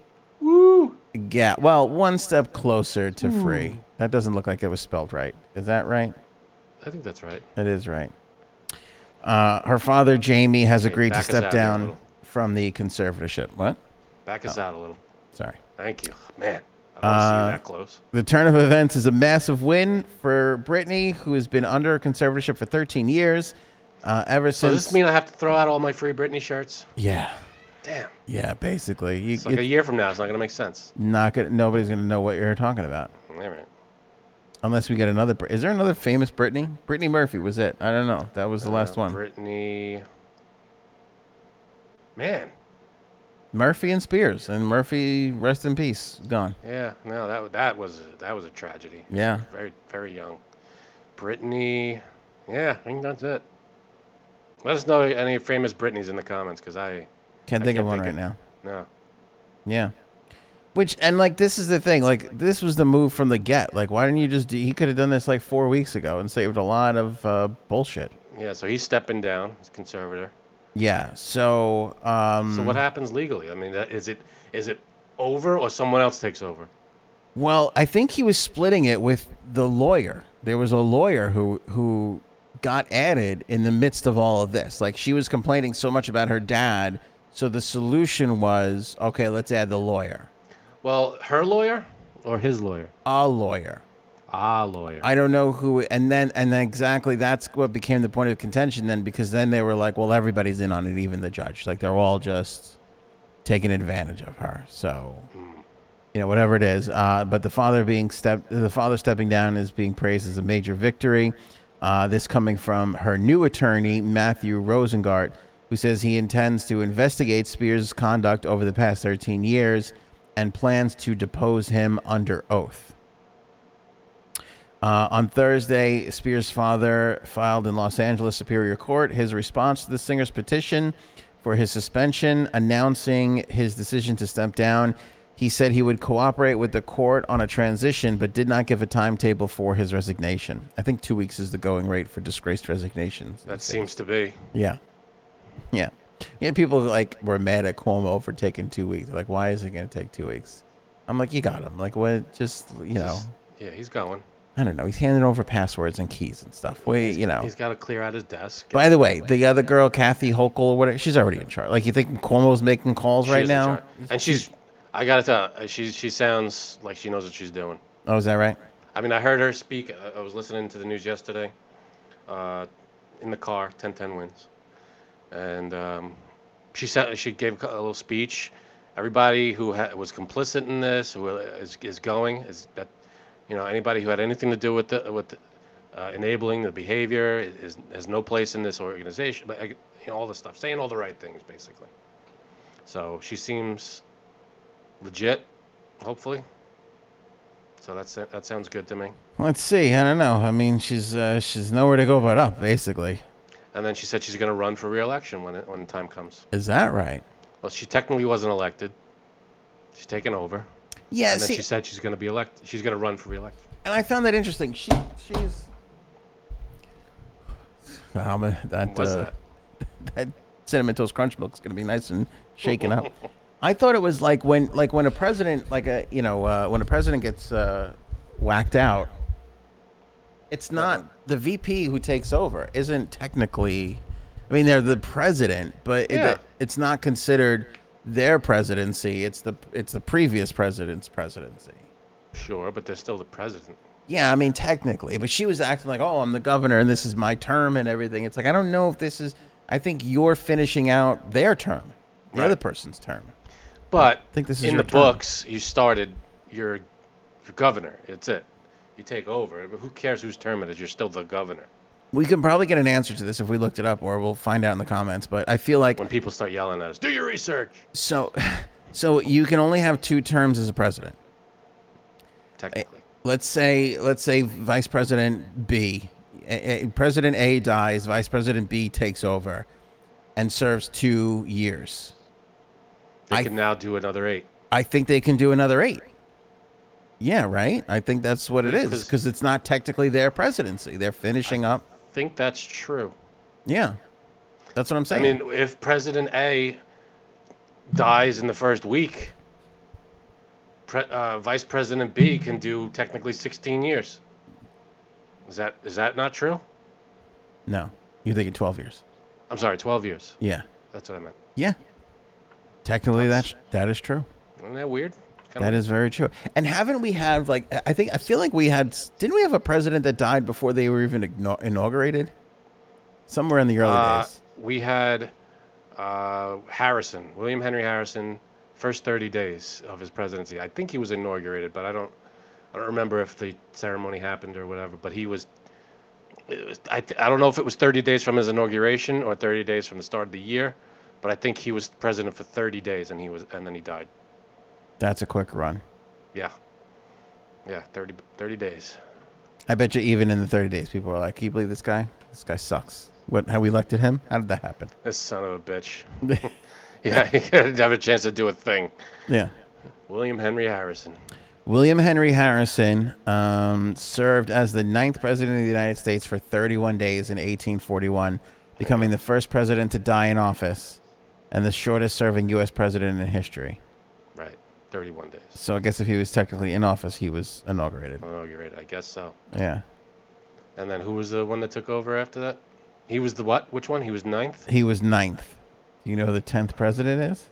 Woo! Yeah, well, one step closer to free. That doesn't look like it was spelled right. Is that right? I think that's right. It is right. Uh, her father, Jamie, has Okay, agreed to back us step out here a down little. from the conservatorship. What? Back us out a little. Sorry. Thank you, man. I don't see Oh. Uh, you that close. The turn of events is a massive win for Brittany, who has been under conservatorship for 13 years. Uh, ever So since. does this mean I have to throw out all my free Britney shirts? yeah. Damn. Yeah, basically. You, It's like a it's year from now. It's not gonna make sense. not gonna, nobody's going to know what you're talking about. All right. Unless we get another. Brit- Is there another famous Brittany? Brittany Murphy was it. I don't know. That was the last Uh, one. Britney. Man, Murphy and Spears, and Murphy, rest in peace, gone. yeah, no, that wa- that was that was a tragedy. Yeah, Very very young. Brittany, yeah, I think that's it. Let us know any famous Britneys in the comments, cause I can't I think of can't one think right of- now. no. Yeah, which and like this is the thing, like this was the move from the get. Like, why didn't you just? Do, he could have done this like four weeks ago and saved a lot of uh, bullshit. Yeah, so he's stepping down. He's a conservator. Yeah. So, um, So what happens legally? I mean, that- is it is it over or someone else takes over? Well, I think he was splitting it with the lawyer. There was a lawyer who who got added in the midst of all of this. Like she was complaining so much about her dad, so the solution was okay. Let's add the lawyer. Well, her lawyer or his lawyer? a lawyer. Ah, lawyer. I don't know who, and then and then exactly that's what became the point of contention then, because then they were like, well, everybody's in on it, even the judge. Like they're all just taking advantage of her. So, Hmm. you know, whatever it is. Uh, but the father being step, the father stepping down is being praised as a major victory. Uh, this coming from her new attorney Matthew Rosengart, who says he intends to investigate Spears' conduct over the past 13 years and plans to depose him under oath. Uh, on Thursday, Spears' father filed in Los Angeles Superior Court his response to the singer's petition for his suspension, announcing his decision to step down. He said he would cooperate with the court on a transition, but did not give a timetable for his resignation. I think two weeks is the going rate for disgraced resignations. that seems to be. Yeah. Yeah. Yeah, people like were mad at Cuomo for taking two weeks. Like, why is it going to take two weeks? I'm like, you got him. Like, what? Just you know, Yeah, he's going. I don't know. He's handing over passwords and keys and stuff. Wait, you know. He's got to clear out his desk. By the way, the other girl, Kathy Hochul or whatever, she's already in charge. Like, you think Cuomo's making calls She right is in now? charge. And she's, I gotta tell, uh, she she sounds like she knows what she's doing. Oh, is that right? I mean, I heard her speak. I- I was listening to the news yesterday, uh, in the car. 10-10 wins, and um, she said she gave a little speech. Everybody who ha- was complicit in this, who is, is going, is that, you know, anybody who had anything to do with the with uh, enabling the behavior is has no place in this organization. But like, you know, all this stuff, saying all the right things, basically. So she seems legit, hopefully. So that's that sounds good to me. Let's see. I don't know. I mean, she's uh, she's nowhere to go but up, basically. And then she said she's going to run for reelection when it, when the time comes. Is that right? Well, she technically wasn't elected. She's taken over. Yeah. and then Uh, see, she said she's going to be elected. She's going to run for reelection. and I found that interesting. She she's. Um, that, What's uh, that? that cinnamon toast crunch milk's going to be nice and shaken up. I thought it was like when like when a president like a you know uh, when a president gets uh, whacked out, it's not the VP who takes over. Isn't technically, I mean they're the president, but it, Yeah. it's not considered their presidency. It's the it's the previous president's presidency. Sure, but they're still the president. Yeah, I mean technically, but she was acting like, "Oh, I'm the governor and this is my term and everything." It's like I don't know if this is. I think you're finishing out their term, the Right. other person's term. But think this is in your the turn. books, you started your your governor. It's it. You take over. But who cares whose term it is? You're still the governor. We can probably get an answer to this if we looked it up, or we'll find out in the comments. But I feel like When people start yelling at us, do your research. so, so you can only have two terms as a president. Technically, let's say let's say vice president b eh, eh, president a dies vice president b takes over and serves two years they I- can now do another eight. i think they can do another eight yeah right i think that's what it Yeah, is 'cause- because it's not technically their presidency they're finishing up Think that's true. yeah that's what i'm I saying mean, if President A dies in the first week, pre- uh, Vice President B can do technically 16 years. Is that is that not true? no you're thinking 12 years I'm sorry, 12 years. yeah That's what I meant. yeah technically that's that is true Isn't that weird? Kinda That is very true. And haven't we had like I- I think I feel like we had didn't we have a president that died before they were even igno- inaugurated? Somewhere in the early Uh, days. we had uh, Harrison, William Henry Harrison, first 30 days of his presidency. I think he was inaugurated, but I don't, I don't remember if the ceremony happened or whatever. But he was, it was I, th- I don't know if it was 30 days from his inauguration or 30 days from the start of the year, but I think he was president for 30 days and he was, and then he died. That's a quick run. Yeah, yeah, 30, 30 days. I bet you even in the 30 days people were like, "Can you believe this guy? This guy sucks." What how we elected him? How did that happen? This son of a bitch. yeah, he didn't have a chance to do a thing. yeah. William Henry Harrison. William Henry Harrison um, served as the ninth president of the United States for 31 days in 1841, becoming the first president to die in office and the shortest serving U.S. president in history. Right, 31 days. So I guess if he was technically in office, he was inaugurated. Oh, you're right. I guess so. Yeah, And then who was the one that took over after that? He was the what? Which one? He was ninth. he was ninth. You know who the tenth president is?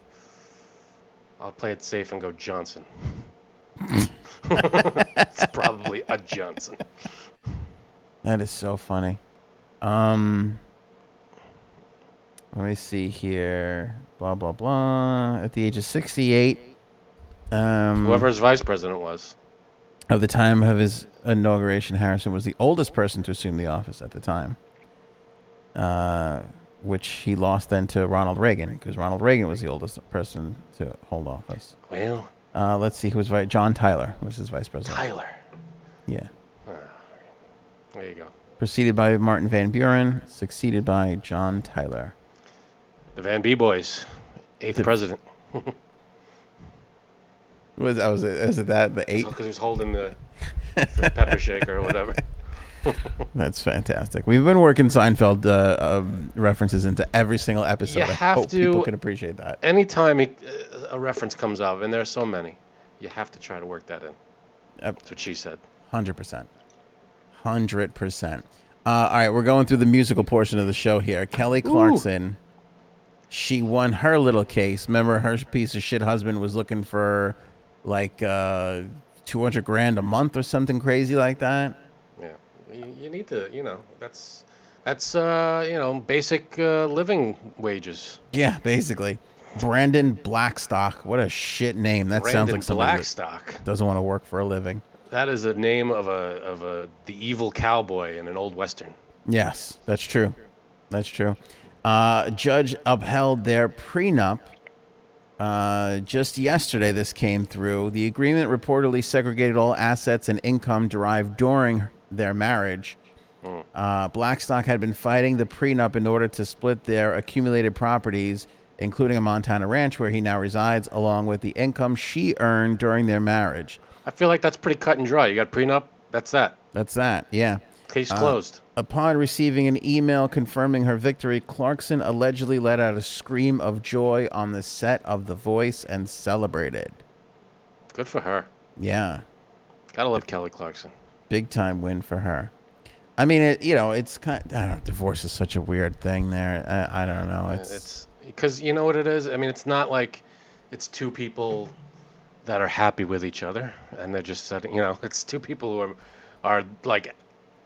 I'll play it safe and go Johnson. it's probably a Johnson. That is so funny. Um, let me see here. Blah blah blah. At the age of sixty-eight, um, Whoever his vice president was. of the time of his inauguration, Harrison was the oldest person to assume the office at the time, uh, which he lost then to Ronald Reagan because Ronald Reagan was the oldest person to hold office. Well, Uh, let's see who was vice. John Tyler was his vice president. Tyler. Yeah. There you go. Preceded by Martin Van Buren, succeeded by John Tyler. The Van B boys. Eighth president. Was I was it, was it that the eight? Because he was Oh, holding the, the pepper shaker or whatever. That's fantastic. We've been working Seinfeld uh, um, references into every single episode. You I have hope people to- can appreciate that. Anytime he, uh, a reference comes up, and there are so many, you have to try to work that in. Yep. That's what she said. Hundred percent. Hundred percent. Uh, all right, we're going through the musical portion of the show here. Kelly Clarkson, she won her little case. Remember, her piece of shit husband was looking for like uh, two hundred grand a month or something crazy like that. Yeah, you, you need to, you know, that's that's uh, you know, basic uh, living wages. Yeah, basically. Brandon Blackstock. What a shit name. That sounds Brandon like somebody that Blackstock. doesn't want to work for a living. That is the name of a of a the evil cowboy in an old western. Yes, that's true. That's true. Uh, judge upheld their prenup. Uh, just yesterday, this came through. The agreement reportedly segregated all assets and income derived during their marriage. Mm. Uh, Blackstock had been fighting the prenup in order to split their accumulated properties, including a Montana ranch where he now resides, along with the income she earned during their marriage. I feel like that's pretty cut and dry. You got prenup. That's that. That's that. Yeah. Case Uh, closed. Upon receiving an email confirming her victory, Clarkson allegedly let out a scream of joy on the set of The Voice and celebrated. Good for her. Yeah, Gotta love Kelly Clarkson. big time win for her. I mean, it, you know, it's kind. I don't know. Divorce is such a weird thing. There, I, I don't know. Uh, It's, it's because you know what it is. I mean, it's not like it's two people that are happy with each other and they're just setting. You know, it's two people who are are like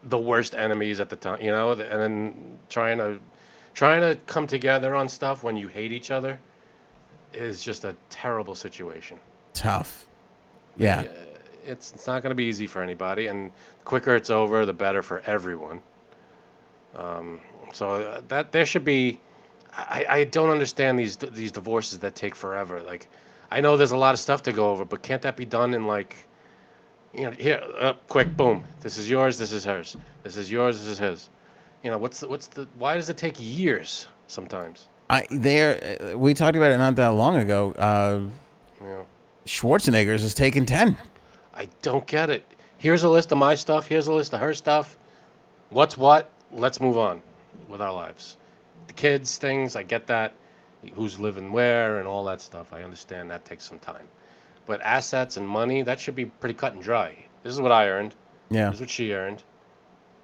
the worst enemies at the time. You know, and then trying to trying to come together on stuff when you hate each other is just a terrible situation. Tough. Yeah. Uh, It's it's not going to be easy for anybody, and the quicker it's over, the better for everyone. Um, so uh, that there should be, I, I don't understand these these divorces that take forever. Like, I know there's a lot of stuff to go over, but can't that be done in like, you know, here, uh, quick, boom, this is yours, this is hers, this is yours, this is his. You know, what's the, what's the why does it take years sometimes? I there uh, we talked about it not that long ago. Uh You know. Schwarzenegger's is taking 10. I don't get it. Here's a list of my stuff. Here's a list of her stuff. What's what? Let's move on with our lives. The kids, things, I get that. Who's living where and all that stuff. I understand that takes some time. But assets and money, that should be pretty cut and dry. This is what I earned. Yeah. This is what she earned.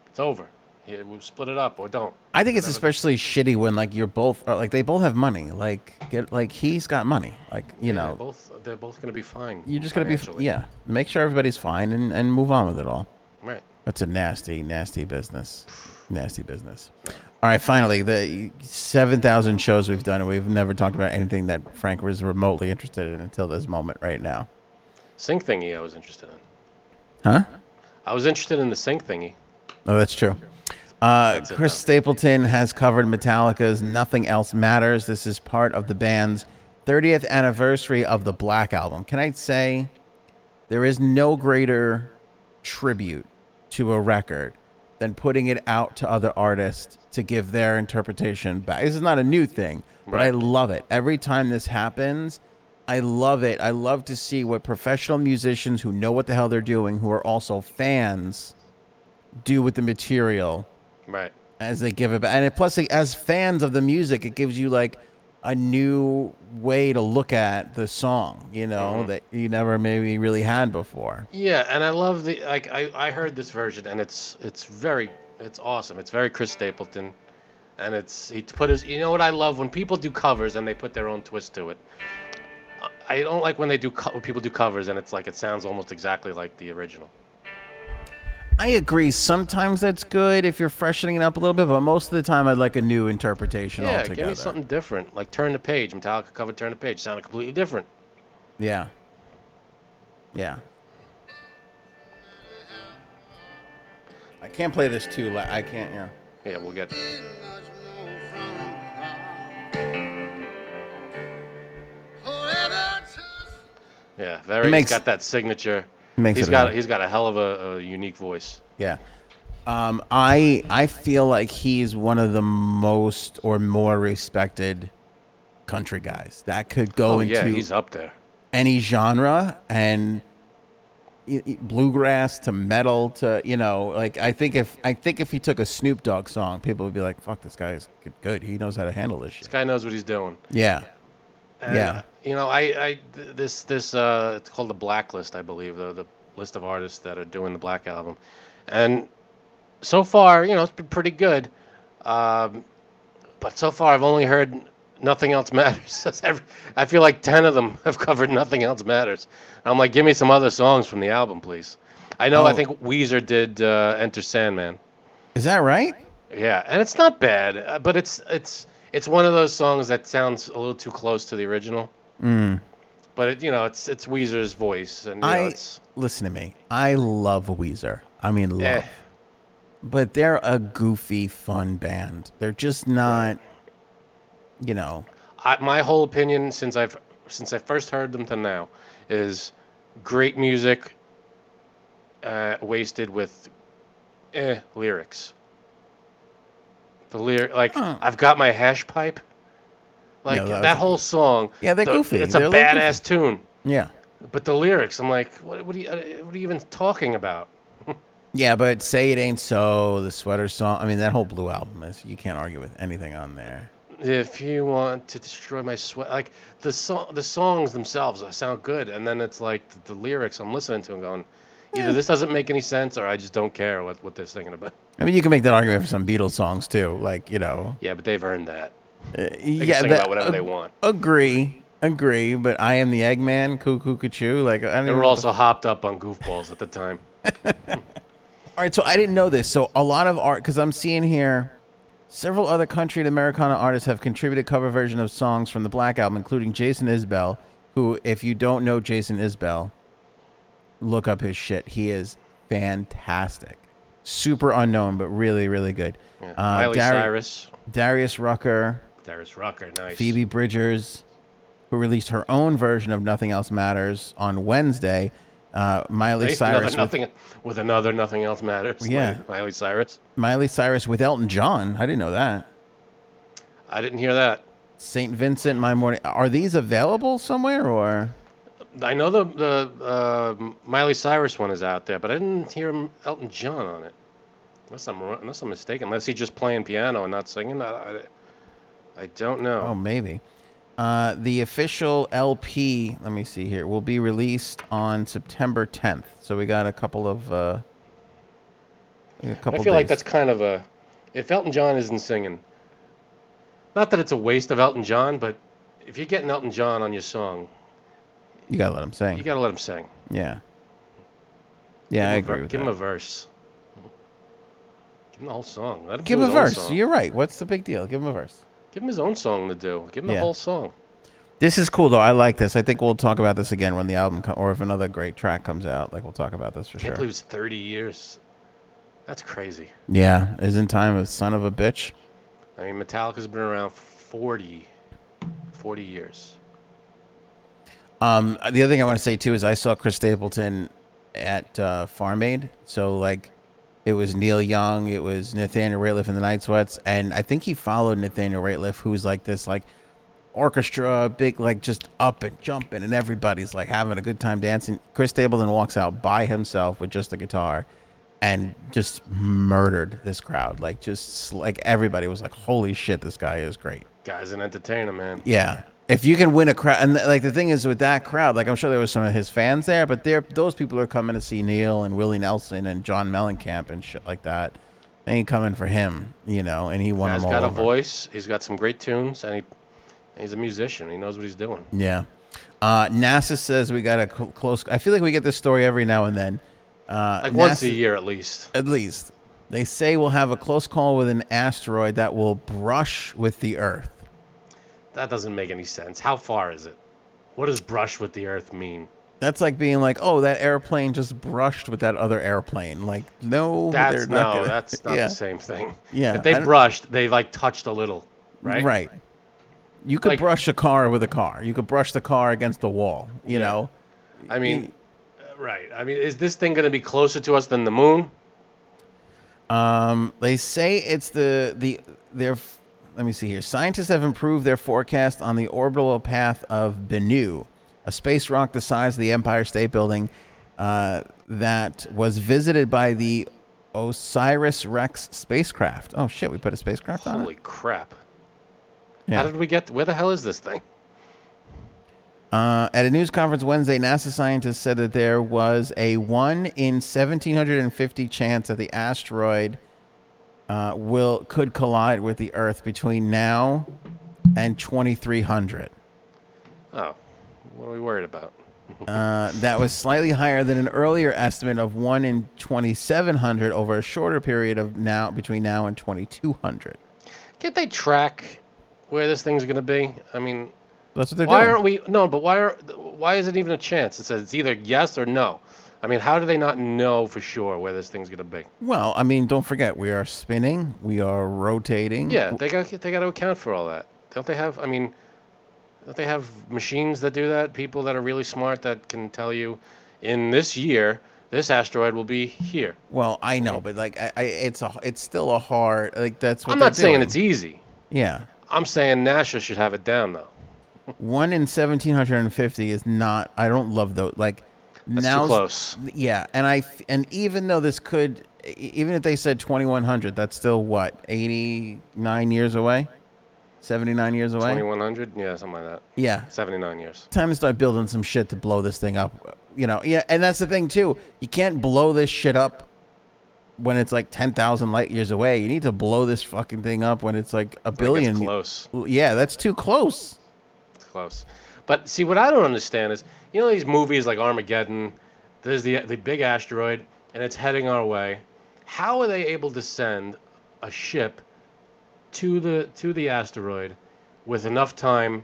It's over. Yeah, we'll split it up or don't. I think it's Whatever. especially shitty when like you're both or, like they both have money. Like get like he's got money. Like, you Yeah, they're know, both they're both gonna be fine. you're just going to be financially. yeah, make sure everybody's fine and and move on with it all. Right. That's a nasty, nasty business. Nasty business. All right, finally, the 7,000 shows we've done, and we've never talked about anything that Frank was remotely interested in until this moment right now. Sink thingy I was interested in. Huh? I was interested in the sink thingy. Oh, that's true. Uh, That's it, Chris though. Stapleton has covered Metallica's Nothing Else Matters. This is part of the band's 30th anniversary of the Black Album. Can I say there is no greater tribute to a record than putting it out to other artists to give their interpretation back? This is not a new thing, but I Right. love it. Every time this happens, I love it. I love to see what professional musicians who know what the hell they're doing, who are also fans, do with the material Right. as they give it back. And it, plus, like, as fans of the music, it gives you like a new way to look at the song, you know, Mhm. that you never maybe really had before. Yeah, and I love the like I, I heard this version and it's it's very it's awesome. It's very Chris Stapleton. And it's he put his you know what I love when people do covers and they put their own twist to it. I- I don't like when they do co- when people do covers and it's like it sounds almost exactly like the original. I agree. Sometimes that's good if you're freshening it up a little bit, but most of the time, I'd like a new interpretation yeah, give altogether. me something different. Like turn the page, Metallica cover turn the page sounded completely different. Yeah. Yeah. I can't play this too loud. I can't, yeah. Yeah, we'll get yeah, very makes- he's got that signature. Makes He's it got better. he's got a hell of a, a unique voice. Yeah. Um, I I feel like he's one of the most or more respected country guys that could go Oh into yeah, he's up there. any genre and y- y- bluegrass to metal to you know like I think if I think if he took a Snoop Dogg song, people would be like, "Fuck, this guy is good. good. He knows how to handle this This shit." guy knows what he's doing. Yeah, And, uh, Yeah. You know, I, I th- this this uh it's called the blacklist, I believe, the the list of artists that are doing the black album. And so far, you know, it's been pretty good. Um but so far I've only heard nothing else matters. That's every, I feel like 10 of them have covered nothing else matters. I'm like, give me some other songs from the album, please. I know I Oh. think Weezer did uh, Enter Sandman. is that right? Yeah, and it's not bad, uh, but it's it's it's one of those songs that sounds a little too close to the original. Mm. But it, you know, it's it's Weezer's voice, and you I- know, it's Listen to me. I love Weezer. I mean, love. eh, but they're a goofy, fun band. They're just not, you know. I, my whole opinion since I've since I first heard them to now is great music uh, wasted with eh, lyrics. The lyric, like Huh. I've got my hash pipe, like Yeah, that was that a- whole song. Yeah, they're the- goofy. It's a They're a little goofy. badass tune, Yeah, but the lyrics, I'm like, what, what are you, uh, what are you even talking about? yeah, but say it ain't so. The sweater song. I mean, that whole Blue album is. You can't argue with anything on there. If you want to destroy my sweat, like the song, the songs themselves uh, sound good, and then it's like the, the lyrics I'm listening to and going, either Yeah. this doesn't make any sense, or I just don't care what what they're singing about. I mean, you can make that argument for some Beatles songs too. Like you know, Yeah, but they've earned that. Uh, They yeah, can sing that- uh, about whatever ag- they want. Agree, agree. But I am the Eggman, cuckoo, cuckoo. Like I They don't were know. also hopped up on goofballs at the time. All right, so I didn't know this. So a lot of art, because I'm seeing here, several other country and Americana artists have contributed cover version of songs from the Black Album, including Jason Isbell, who, if you don't know Jason Isbell, look up his shit. He is fantastic, super unknown, but really, really good. Yeah. Uh, Miley Dari- Cyrus, Darius Rucker, Darius Rucker, nice. Phoebe Bridgers, who released her own version of Nothing Else Matters on Wednesday. Uh, Miley Right? Cyrus another, with nothing with another nothing else matters. like Yeah. Miley Cyrus. Miley Cyrus with Elton John. I didn't know that. I didn't hear that. St. Vincent, my morning. Are these available somewhere or? I know the the uh, Miley Cyrus one is out there, but I didn't hear M- Elton John on it. Unless I'm wrong- unless I'm mistaken, unless he's just playing piano and not singing. I, I, I don't Oh, know. maybe. Uh, the official LP, let me see here, will be released on September 10th. So we got a couple of. Uh, a I couple feel like days. that's kind of a if Elton John isn't singing. Not that it's a waste of Elton John, but if you're getting Elton John on your song, You got what I'm you saying. gotta let him sing. Yeah. Yeah, I Give him a ver- agree with Give him that. a verse. Give him the whole song. Let him Give do him a his own verse. song. You're right. What's the big deal? Give him a verse. Give him his own song to do. Give him Yeah. the whole song. This is cool though. I like this. I think we'll talk about this again when the album co- or if another great track comes out. Like we'll talk about this for Can't sure. believe it's 30 years. That's crazy. Yeah, isn't time a son of a bitch? I mean, Metallica's been around 40, 40 years. Um, the other thing I want to say too is I saw Chris Stapleton at uh, Farm Aid. So like, it was Neil Young, it was Nathaniel Rateliff and the Night Sweats, and I think he followed Nathaniel Rateliff, who's like this like orchestra, big like just up and jumping, and everybody's like having a good time dancing. Chris Stapleton walks out by himself with just the guitar, and just murdered this crowd. Like just like everybody was like, holy shit, this guy is great. Guy's an entertainer, man. Yeah. If you can win a crowd, and like the thing is with that crowd, like I'm sure there was some of his fans there, but there those people are coming to see Neil and Willie Nelson and John Mellencamp and shit like that. They ain't coming for him, you know, and he won Guy's them all. got a over. voice. He's got some great tunes, and he he's a musician. He knows what he's doing. Yeah. Uh, NASA says we got a cl- close. I feel like we get this story every now and then. Uh, Like once a NASA year at least. at least. They say we'll have a close call with an asteroid that will brush with the Earth. That doesn't make any sense. How far is it? What does brush with the earth mean? That's like being like, oh, that airplane just brushed with that other airplane. Like, no, That's they're no, not gonna- that's not yeah, the same thing. yeah. if I they don't- brushed, they like touched a little, right? Right. You could Like- brush a car with a car. You could brush the car against the wall. You know. I mean, uh, right. I mean, is this thing going to be closer to us than the moon? Um, they say it's the the their. f- Let me see here. Scientists have improved their forecast on the orbital path of Bennu, a space rock the size of the Empire State Building, uh, that was visited by the Osiris Rex spacecraft. Oh shit! We put a spacecraft on it. Holy crap! Yeah. How did we get? Where the hell is this thing? Uh, at a news conference Wednesday, NASA scientists said that there was a 1 in 1750 chance that the asteroid uh, will could collide with the Earth between now and 2300. Oh, what are we worried about? Uh, that was slightly higher than an earlier estimate of 1 in 2700 over a shorter period of now between now and 2200. Can't they track where this thing's going to be? I mean, That's what they're why doing. aren't we? No, but why are? Why is it even a chance? It says it's either yes or no. I mean, how do they not know for sure where this thing's going to be? well, I mean, don't forget we are spinning, we are rotating. Yeah, they got they got to account for all that. Don't they have? I mean, don't they have machines that do that? People that are really smart that can tell you, in this year, this asteroid will be here. Well, I know, but like, I, I it's a, it's still a hard, like that's what I'm they're not saying doing. it's e- easy. yeah. I'm saying NASA should have it down though. One in seventeen hundred and fifty is not. I don't love those. Like That's now, too close. yeah. And I f- and even though this could, e- even if they said twenty one hundred, that's still what eighty nine years away, seventy nine years away. 2100, yeah, something like that. Yeah, 79 years. time to start building some shit to blow this thing up. You know, yeah, and that's the thing too. You can't blow this shit up when it's like 10,000 light years away. You need to blow this fucking thing up when it's like a billion. It's close. Yeah, that's too close. It's close. But see, what I don't understand is, you know, these movies like Armageddon, there's the the big asteroid, and it's heading our way. How are they able to send a ship to the to the asteroid with enough time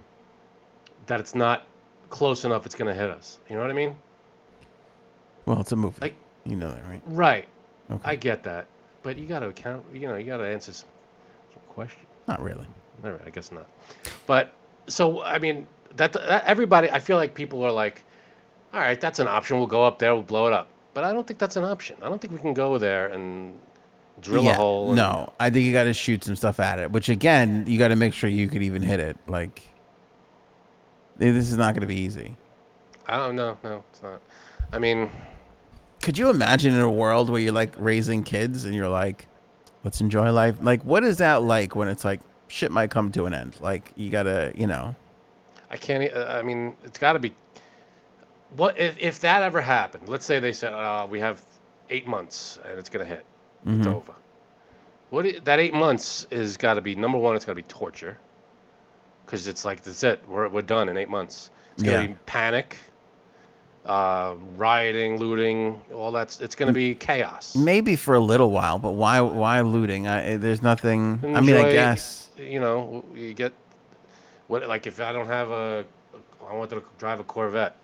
that it's not close enough it's going to hit us? You know what I mean? Well, it's a movie. Like- you know that, right? Right. Okay. I get that, but you got to account. You know, you got to answer some, some questions. Not really. All right, I guess not. But so I mean, that, that everybody, I feel like people are like, all right, that's an option. We'll go up there. We'll blow it up. But I don't think that's an option. I don't think we can go there and drill a Yeah, hole. and- No, I think you got to shoot some stuff at it, which again, you got to make sure you could even hit it. Like, th- this is not going to be easy. I don't know. No, it's not. I mean, Could you imagine in a world where you're like raising kids and you're like, let's enjoy life? Like, what is that like when it's like shit might come to an end? Like, you got to, you know, I can't. e- I mean, it's got to be. What if if that ever happened? Let's say they said, uh, we have eight months and it's gonna hit. mhm. It's over. What i- that eight months is got to be number one. It's got to be torture, because it's like that's it. We're we're done in eight months. It's gonna Yeah. be panic, uh, rioting, looting, all that's. It's gonna be chaos. maybe for a little while, but why, why looting? I, eh, there's nothing. I mean, I Enjoy- guess. You know, w- you get what like if I don't have a, I wanted to drive a Corvette,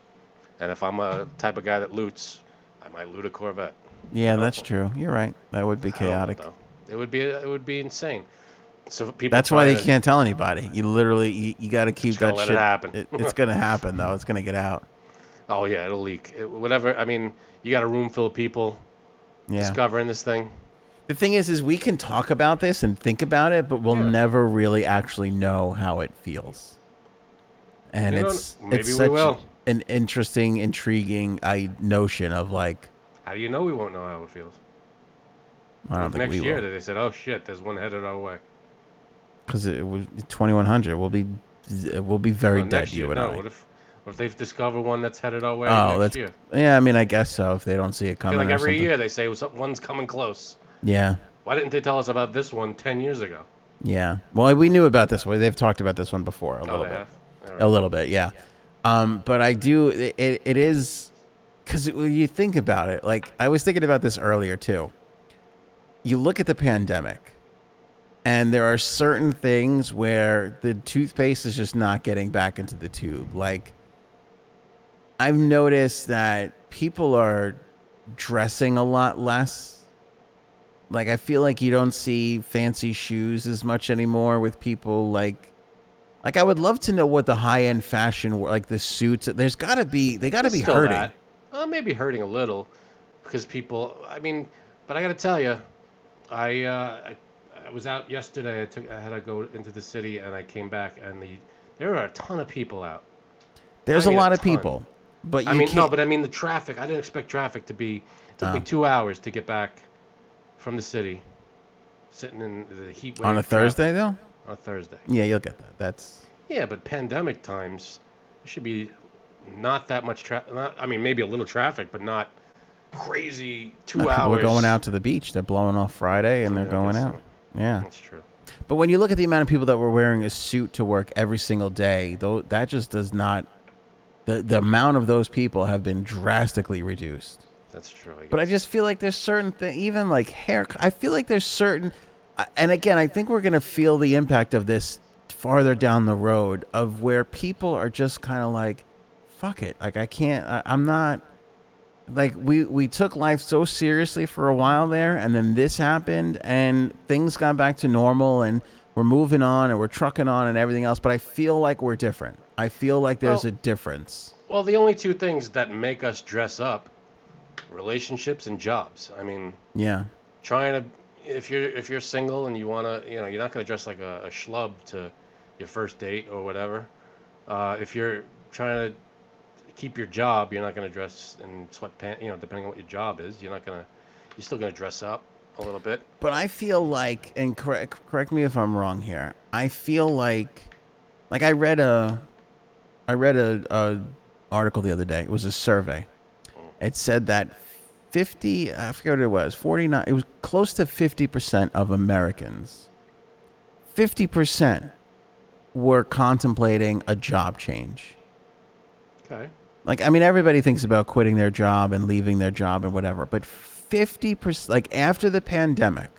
and if I'm a type of guy that loots, I might loot a Corvette. Yeah, that's true. You're right. That would be I don't know, chaotic. though. It would be it would be insane. So people. That's why try they to- can't tell anybody. You literally, you, you got to keep gotta that let it shit. happen. it's gonna happen though. It's gonna get out. Oh yeah, it'll leak. It- whatever. I mean, you got a room full of people Yeah. discovering this thing. the thing is, is we can talk about this and think about it, but we'll Yeah. never really actually know how it feels. And You know, it's maybe it's we such will. an interesting, intriguing I notion of like How do you know we won't know how it feels? I don't think Next we year, will they said, "Oh shit, there's one headed our way." because it was 2100. We'll be we'll be very Well, dead. next You year, and no. I. What if, what if they've discovered one that's headed our way oh, next that's year? yeah. I mean, I guess so. If they don't see it I coming, feel like or every something. year they say "Some- one's coming close. Yeah. Why didn't they tell us about this one ten years ago? Yeah. Well, we knew about this one. They've talked about this one before a Oh, little they bit. have? All right. A little bit, yeah. Um, but I do. It, it- it is because when you think about it, like I was thinking about this earlier too. You look at the pandemic, and there are certain things where the toothpaste is just not getting back into the tube. Like I've noticed that people are dressing a lot less. Like I feel like you don't see fancy shoes as much anymore with people like like I would love to know what the high end fashion were like the suits there's got to be they got to There's be still hurting. that. Well, maybe hurting a little, because people. I mean, but I got to tell you, I, uh, I I was out yesterday. I took I had to go into the city, and I came back, and the there are a ton of people out. There's I a mean, a lot of ton. people. But you I mean, can't no, but I mean the traffic. I didn't expect traffic to be. It took me Oh. two hours to get back from the city, sitting in the heat. on a wave traffic Thursday though? On a Thursday. Yeah, you'll get that. That's Yeah, but pandemic times, there should be not that much traffic. I mean, maybe a little traffic, but not crazy two people hours. are going out to the beach. They're blowing off Friday and they're Yeah, I going guess out. so. Yeah. That's true. But when you look at the amount of people that were wearing a suit to work every single day, though, that just does not. The, the amount of those people have been drastically reduced. That's true. I But I guess. just feel like there's certain things, even like hair. I feel like there's certain, I- and again, I think we're gonna feel the impact of this farther down the road of where people are just kind of like, fuck it, like I can't, I, I'm not. Like we we took life so seriously for a while there, and then this happened, and things got back to normal, and we're moving on, and we're trucking on, and everything else. But I feel like we're different. I feel like there's Well- a difference. well, the only two things that make us dress up, relationships and jobs. I mean, Yeah, trying to, if you're if you're single and you wanna, you know, you're not gonna dress like a, a schlub to your first date or whatever. Uh, if you're trying to keep your job, you're not gonna dress in sweatpants. You know, depending on what your job is, you're not gonna, you're still gonna dress up a little bit. But I feel like, and correct correct me if I'm wrong here. I feel like, like I read a, I read a, a article the other day. It was a survey. It said that 50, I forget what it was, 49, it was close to 50% of Americans, 50% were contemplating a job change. Okay. Like, I mean, everybody thinks about quitting their job and leaving their job and whatever, but 50%, like after the pandemic,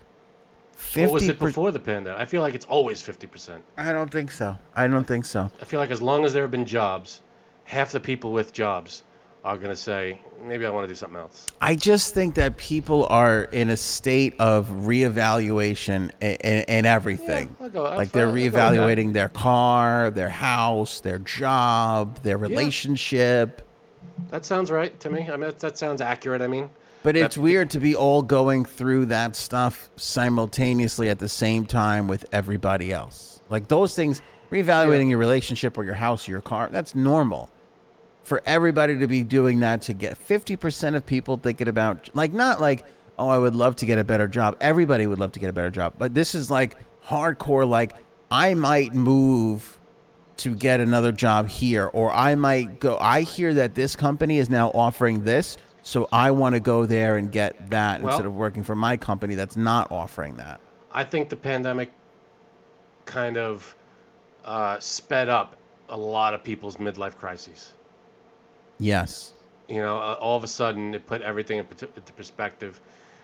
50 What was it before the pandemic? I feel like it's always fifty percent. I don't think so. I don't think so. I feel like as long as there have been jobs, half the people with jobs are gonna say, maybe I want to do something else. I just think that people are in a state of reevaluation and, and everything. I'll go- I'll like fi- they're I'll go with that. reevaluating their car, their house, their job, their relationship. That sounds right to me. I mean, that, that sounds accurate. I mean, But it's weird to be all going through that stuff simultaneously at the same time with everybody else. Like those things, reevaluating your relationship or your house or your car, that's normal. For everybody to be doing that to get 50% of people thinking about, like, not like, oh, I would love to get a better job. Everybody would love to get a better job. But this is like hardcore, like, I might move to get another job here or I might go I hear that this company is now offering this so I want to go there and get that Well- instead of working for my company that's not offering that. I think the pandemic kind of uh, sped up a lot of people's midlife crises. Yes. You know, uh, all of a sudden it put everything in pert- into perspective.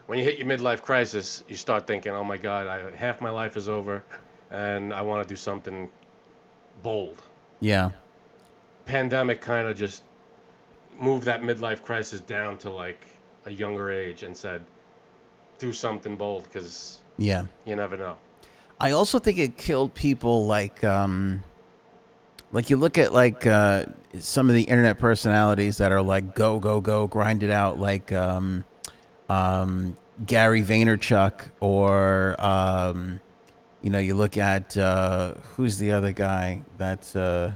When you hit your midlife crisis, you start thinking, "Oh my God, I, half my life is over, and I want to do something bold." Yeah. Pandemic kind of just moved that midlife crisis down to like a younger age and said, "Do something bold," because Yeah. you never know. I also think it killed people like um like you look at like uh some of the internet personalities that are like go go go grind it out like um um Gary Vaynerchuk or um you know you look at uh who's the other guy that's uh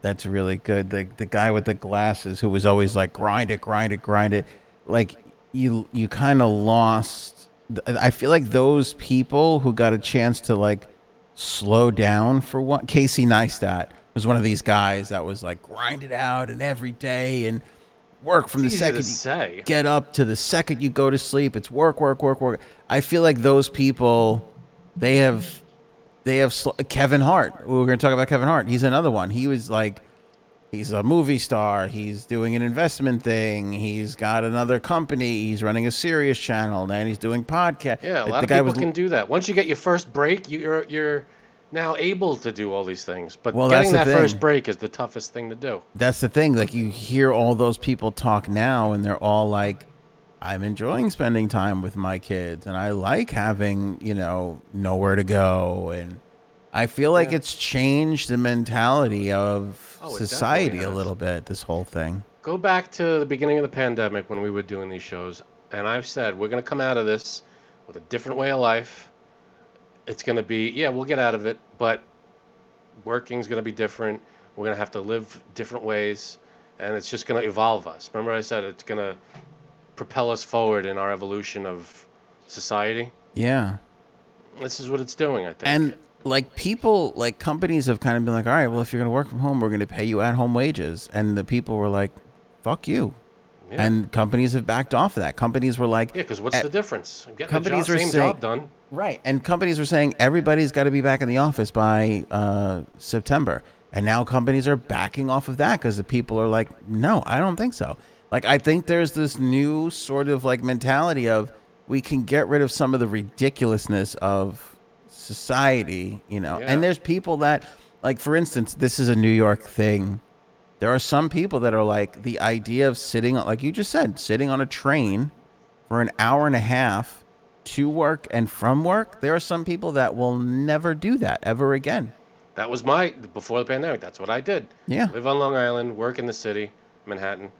that's really good the the guy with the glasses who was always like grind it grind it grind it like you you kind of lost th- I feel like those people who got a chance to like slow down for one Casey Neistat was one of these guys that was like grind it out and every day and work from the It's easy second to you- say. get up to the second you go to sleep. It's work, work, work, work. I feel like those people, they have, they have sl- Kevin Hart. We were going to talk about Kevin Hart. He's another one. He was like, he's a movie star. He's doing an investment thing. He's got another company. He's running a serious channel. and he's doing podcast. Yeah, a The- lot the of guy people was- can do that. Once you get your first break, you- you're you're now able to do all these things. But Well, getting that's that the first thing. break is the toughest thing to do. that's the thing. Like you hear all those people talk now, and they're all like, "I'm enjoying spending time with my kids, and I like having you know nowhere to go." And I feel like Yeah. it's changed the mentality of Oh, it definitely society a has. little bit. This whole thing. Go back to the beginning of the pandemic when we were doing these shows, and I've said we're going to come out of this with a different way of life. It's going to be yeah, we'll get out of it, but working's going to be different. We're going to have to live different ways, and it's just going to evolve us. Remember, I said it's going to propel us forward in our evolution of society. Yeah, This is what it's doing, I think. and like people, like companies have kind of been like, "All right, well, if you're going to work from home, we're going to pay you at-home wages," and the people were like, "Fuck you." Yeah. And companies have backed off of that. Companies were like, Yeah, because what's At- the difference? I'm getting the job, companies are same saying- job done. Right. And companies were saying everybody's got to be back in the office by uh, September. And now companies are backing off of that because the people are like, no, I don't think so. Like, I think there's this new sort of like mentality of we can get rid of some of the ridiculousness of society, you know. Yeah. And there's people that, like, for instance, this is a New York thing. There are some people that are like, the idea of sitting, on- like you just said, sitting on a train for an hour and a half to work and from work, there are some people that will never do that ever again. That was my before the pandemic. That's what I did. Yeah. Live on Long Island, work in the city, Manhattan.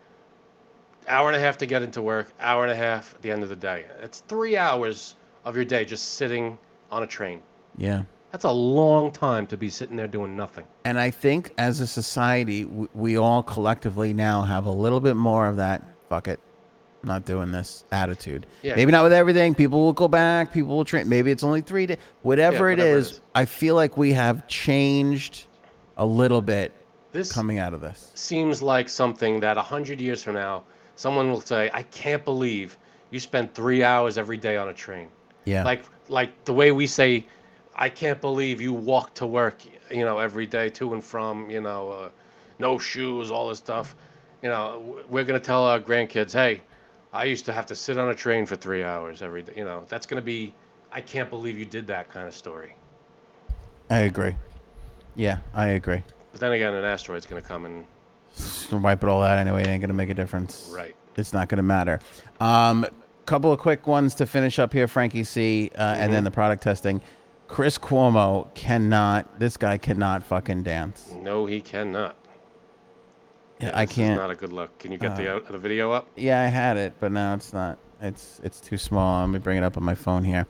Hour and a half to get into work. Hour and a half at the end of the day. It's three hours of your day just sitting on a train. Yeah. That's a long time to be sitting there doing nothing. And I think as a society, we, we all collectively now have a little bit more of that fuck it, not doing this attitude. Yeah. Maybe not with everything. People will go back. People will train. Maybe it's only three days. Whatever, it, whatever it is, is. I feel like we have changed a little bit This coming out of this. seems like something that a hundred years from now someone will say, "I can't believe you spend three hours every day on a train." Yeah. Like like the way we say, "I can't believe you walk to work," you know, every day to and from, you know, uh, no shoes, all this stuff. You know, w- we're gonna tell our grandkids, "Hey, I used to have to sit on a train for three hours every day." You know, that's gonna be, "I can't believe you did that" kind of story. I agree. Yeah, I agree. But then again, an asteroid's gonna come and Just wipe it all out anyway. It ain't gonna make a difference. right. It's not gonna matter. Um, couple of quick ones to finish up here, Frankie C, uh, Mm-hmm. and then the product testing. Chris Cuomo cannot. This guy cannot fucking dance. No, he cannot. Yeah, I This is can't. uh, Not a good look. Can you get the the the video up? Yeah, I had it, but now it's not. It's it's too small. Let me bring it up on my phone here.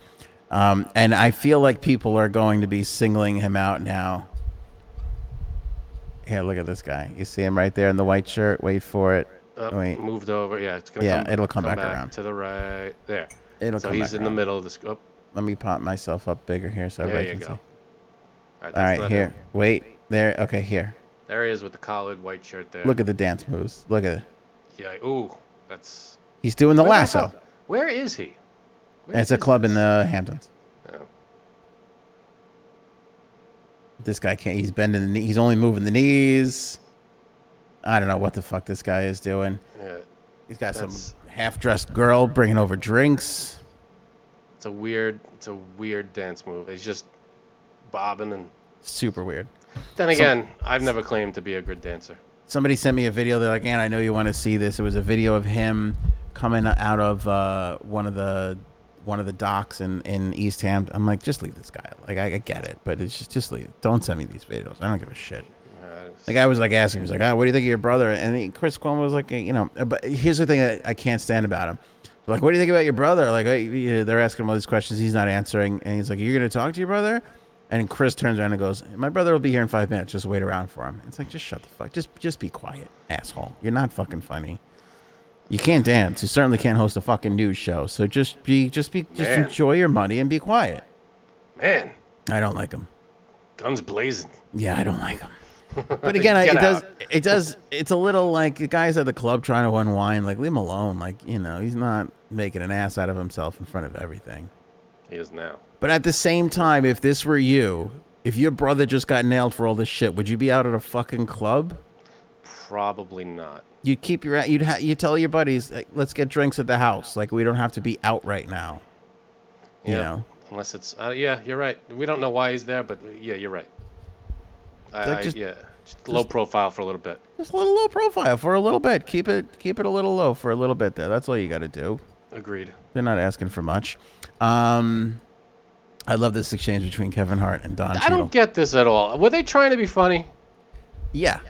Um, and I feel like people are going to be singling him out now. Here, look at this guy. You see him right there in the white shirt. Wait for it. Up, Wait. Moved over. Yeah, it's gonna. Yeah, come, it'll come back around. to the right. There. It'll so come he's back in the around. middle of this. Oh, Let me pop myself up bigger here so there everybody you can see. go. All right, All that's right, not here. him. Wait, there. Okay, here. There he is with the collared white shirt there. Look at the dance moves. Look at it. Yeah. Ooh, that's. He's doing the Where the lasso. hell- Where is he? Where It's a is club in this? the Hamptons. Oh, This guy can't. He's bending the knee. He's only moving the knees. I don't know what the fuck this guy is doing. yeah, He's got That's- some half-dressed girl bringing over drinks. it's a weird. It's a weird dance move. He's just bobbing and. Super weird. Then again, I've never claimed to be a good dancer. Somebody sent me a video. They're like, "Ann, I know you want to see this." It was a video of him coming out of uh, one of the one of the docks in in East Hampton. I'm like, just leave this guy. Like, I, I get it, but it's just just leave. Don't send me these videos. I don't give a shit. Uh, The guy was like asking, he was like, ah, what do you think of your brother? And he, Chris Cuomo was like, you know, but here's the thing that I can't stand about him. Like, what do you think about your brother? Like, hey, you know, they're asking him all these questions. He's not answering. And he's like, you're going to talk to your brother? And Chris turns around and goes, my brother will be here in five minutes. Just wait around for him. It's like, just shut the fuck. Just, just be quiet, asshole. You're not fucking funny. You can't dance. You certainly can't host a fucking news show. So just be, just be, just Man. enjoy your money and be quiet. man, I don't like him. guns blazing. Yeah, I don't like him. But again, I, it Get does. out. It does. It's a little like the guys at the club trying to unwind. Like leave him alone. Like you know, he's not making an ass out of himself in front of everything. He is now. But at the same time, if this were you, if your brother just got nailed for all this shit, would you be out at a fucking club? Probably not. You'd keep your. You'd ha- you tell your buddies, like, let's get drinks at the house. Like we don't have to be out right now. You Yeah. know, Unless it's uh, yeah, you're right. We don't know why he's there, but yeah, you're right. I, Like, I- just- yeah, just low profile for a little bit. just a little low profile for a little bit. Keep it. Keep it a little low for a little bit. There. That's all you got to do. Agreed. They're not asking for much. Um, I love this exchange between Kevin Hart and Don. I Cheadle. don't get this at all. Were they trying to be funny? Yeah,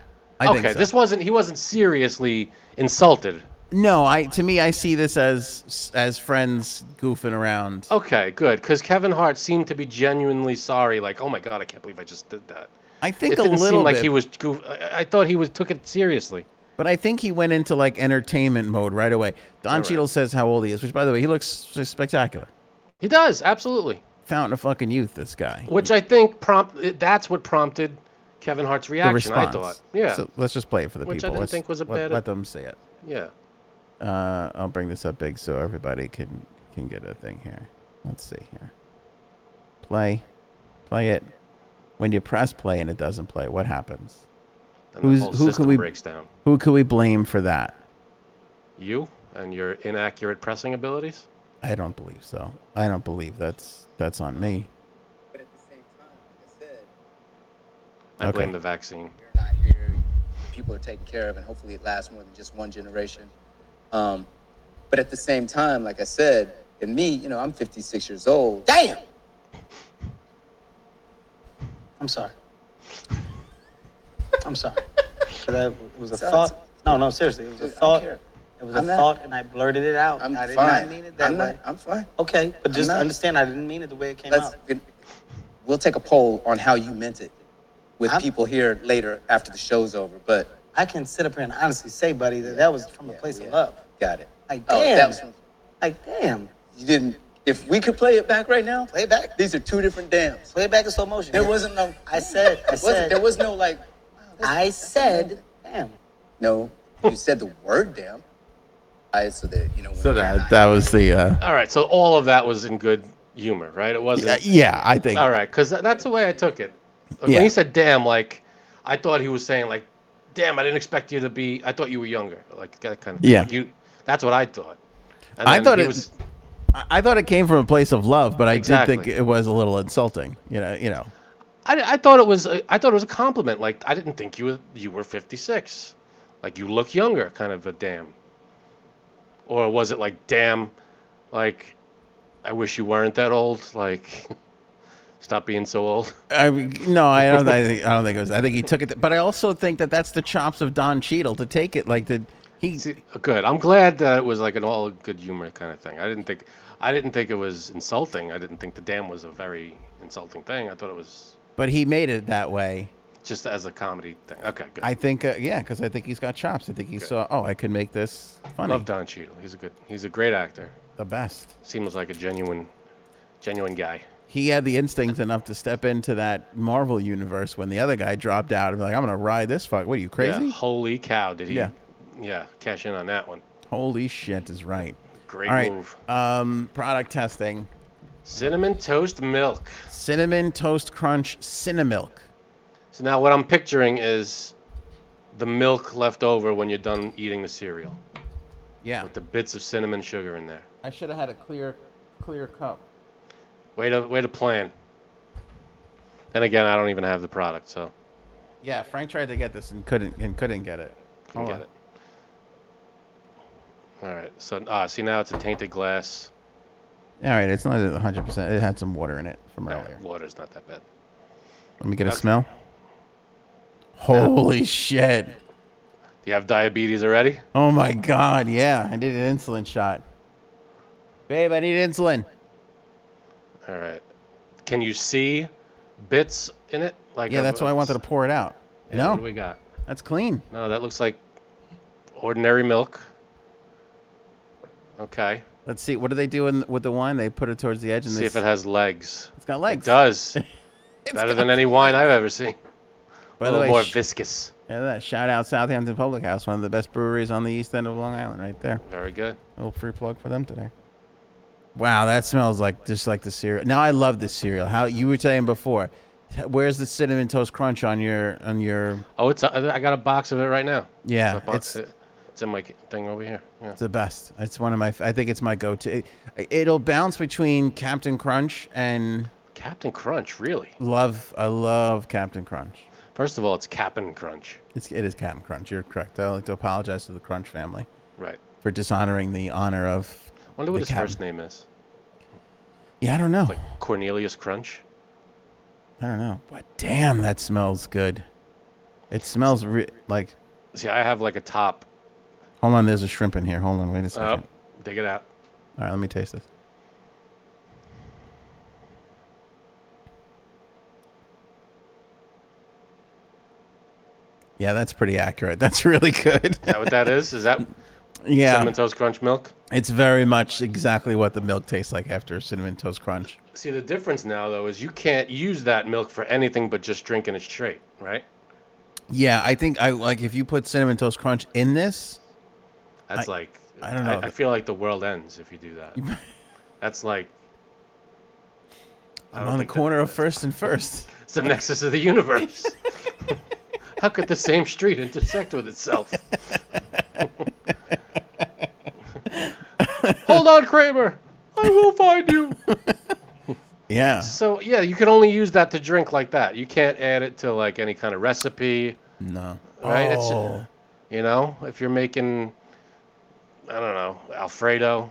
I okay, think so. this wasn't. He wasn't seriously insulted. No, I to me, I see this as as friends goofing around. Okay, good, because Kevin Hart seemed to be genuinely sorry. Like, oh my god, I can't believe I just did that. I It think a didn't little seem like bit, he was. Goof- I, I thought he was took it seriously. but I think he went into like entertainment mode right away. Don Alright. Cheadle says how old he is, which by the way, he looks spectacular. He does absolutely. Fountain of fucking youth, this guy. Which I think prompt. That's what prompted Kevin Hart's The reaction. I response. thought. Yeah. So let's just play it for the Which I people. didn't Let's- think was a let- bad- Let them see it. yeah. Uh, I'll bring this up big so everybody can can get a thing here. Let's see here. Play, play it. When you press play and it doesn't play, what happens? And Who's- the whole who can system we- breaks down. Who could we blame for that? You and your inaccurate pressing abilities? I don't believe so. I don't believe that's that's on me. But at the same time, like I said, I Okay. blame the vaccine. you're not here. People are taken care of, and hopefully it lasts more than just one generation. Um, but at the same time, like I said, in me, you know, I'm 56 years old. Damn. I'm sorry. I'm sorry. 'Cause I- It was a Sorry, thought. sorry. No, no, seriously, it was a Dude, I don't thought. care. It was a I'm not- thought, and I blurted it out. I'm I did fine. not mean it that I'm way. Not, I'm fine. Okay, but I'm just not. understand, I didn't mean it the way it came Let's. out. We'll take a poll on how you meant it with I'm- people here later after the show's over. But I can sit up here and honestly say, buddy, that that was from a Yeah, place yeah. of love. got it. Like, Oh, that damn. was from- Like, damn. you didn't. If we could play it back right now, Play it back. these are two different dams. Play it back in slow motion. There wasn't no. I said, I wasn't- There said, was no like. wow, that's- I said, damn. No, you said the word damn. eyes so that you know. When So they're that not- that was the uh, All right, so all of that was in good humor, right? It wasn't. yeah, yeah, I think All right, because that's the way I took it. Like, Yeah. When he said "damn," like I thought he was saying like, "Damn, I didn't expect you to be. I thought you were younger." Like that kind of. Yeah. You. That's what I thought. And I then thought he it- I- I thought it came from a place of love, but I did Exactly. think it was a little insulting. You know, you know. I, I thought it was. A, I thought it was a compliment. Like I didn't think you were. You were fifty six. Like you look younger, kind of a damn. Or was it like damn, like, I wish you weren't that old. Like, stop being so old. I mean, no, I don't. I, think, I don't think it was. I think he took it, but I also think that that's the chops of Don Cheadle to take it like the he. See, good. I'm glad that it was like an all good humor kind of thing. I didn't think I didn't think it was insulting. I didn't think the damn was a very insulting thing. I thought it was But he made it that way. just as a comedy thing. Okay, good. I think, uh, yeah, because I think he's got chops. I think he Good. saw, oh, I could make this funny. love Don Cheadle. He's a good. He's a great actor. The best. Seems like a genuine, genuine guy. He had the instinct enough to step into that Marvel universe when the other guy dropped out and be like, I'm gonna ride this fuck. What are you Yeah, crazy? holy cow! Did he? Yeah. yeah, Cash in on that one. Holy shit is right. Great All right. move. Um, product testing: Cinnamon toast milk. cinnamon toast crunch cinnamilk. So now what I'm picturing is the milk left over when you're done eating the cereal Yeah, with the bits of cinnamon sugar in there. I should have had a clear, clear cup. Way to way to plan. And again, I don't even have the product, so Yeah, Frank tried to get this and couldn't and couldn't get it. Oh, can Hold get on. it. All right. So ah, see now it's a tainted glass. All right, it's not 100. percent It had some water in it from All earlier. right, water's not that bad. Let me get a Okay. smell. Holy shit! Do you have diabetes already? Oh my god! Yeah, I need an insulin shot. Babe, I need insulin. All right. Can you see bits in it? Like Yeah, of- that's why I wanted to pour it out. Yeah, What do No, we got? that's clean. No, that looks like ordinary milk. Okay. Let's see. What do they do in, with the wine? They put it towards the edge and See they, if it has legs. has got It legs. does. It's Better got- than any wine I've ever seen. By a the little way, more sh- viscous. yeah, that shout out Southampton Public House, one of the best breweries on the east end of Long Island, right there. Very good. little free plug for them today. Wow, that smells like just like the cereal. Now I love this cereal. How you were saying before, where's the cinnamon toast crunch on your on your? Oh, it's I got a box of it right now. Yeah, It's a it's box- uh, it's in my ki- thing over here. Yeah. it's the best. It's one of my. I think it's my go-to. It, it'll bounce between Captain Crunch and Captain Crunch, really? love. I love Captain Crunch. First of all, it's Captain Crunch, It's it is Captain Crunch. You're correct. I like to apologize to the Crunch family right? for dishonoring the honor of. Wonder what The his Captain. first name is. Yeah, I don't know. Like Cornelius Crunch. I don't know. But damn, that smells good. It smells re- like See, I have like a top. Hold on, there's a shrimp in here. Hold on, wait a second. Oh, dig it out. All right, let me taste this. Yeah, that's pretty accurate. That's really good. Is that what that is? Is that yeah, cinnamon toast crunch milk? it's very much exactly what the milk tastes like after cinnamon toast crunch. See, the difference now though is you can't use that milk for anything but just drinking it straight, right? Yeah, I think I like if you put cinnamon toast crunch in this. That's like I don't know. I, feel like the world ends if you do that. That's like I I'm don't on the think that- corner of first and first. It's the nexus of the universe. How could the same street intersect with itself? Hold on, Kramer. I will find you. Yeah. So yeah, you can only use that to drink like that. You can't add it to like any kind of recipe, No. right? It's- Oh. you know, if you're making, I don't know, Alfredo.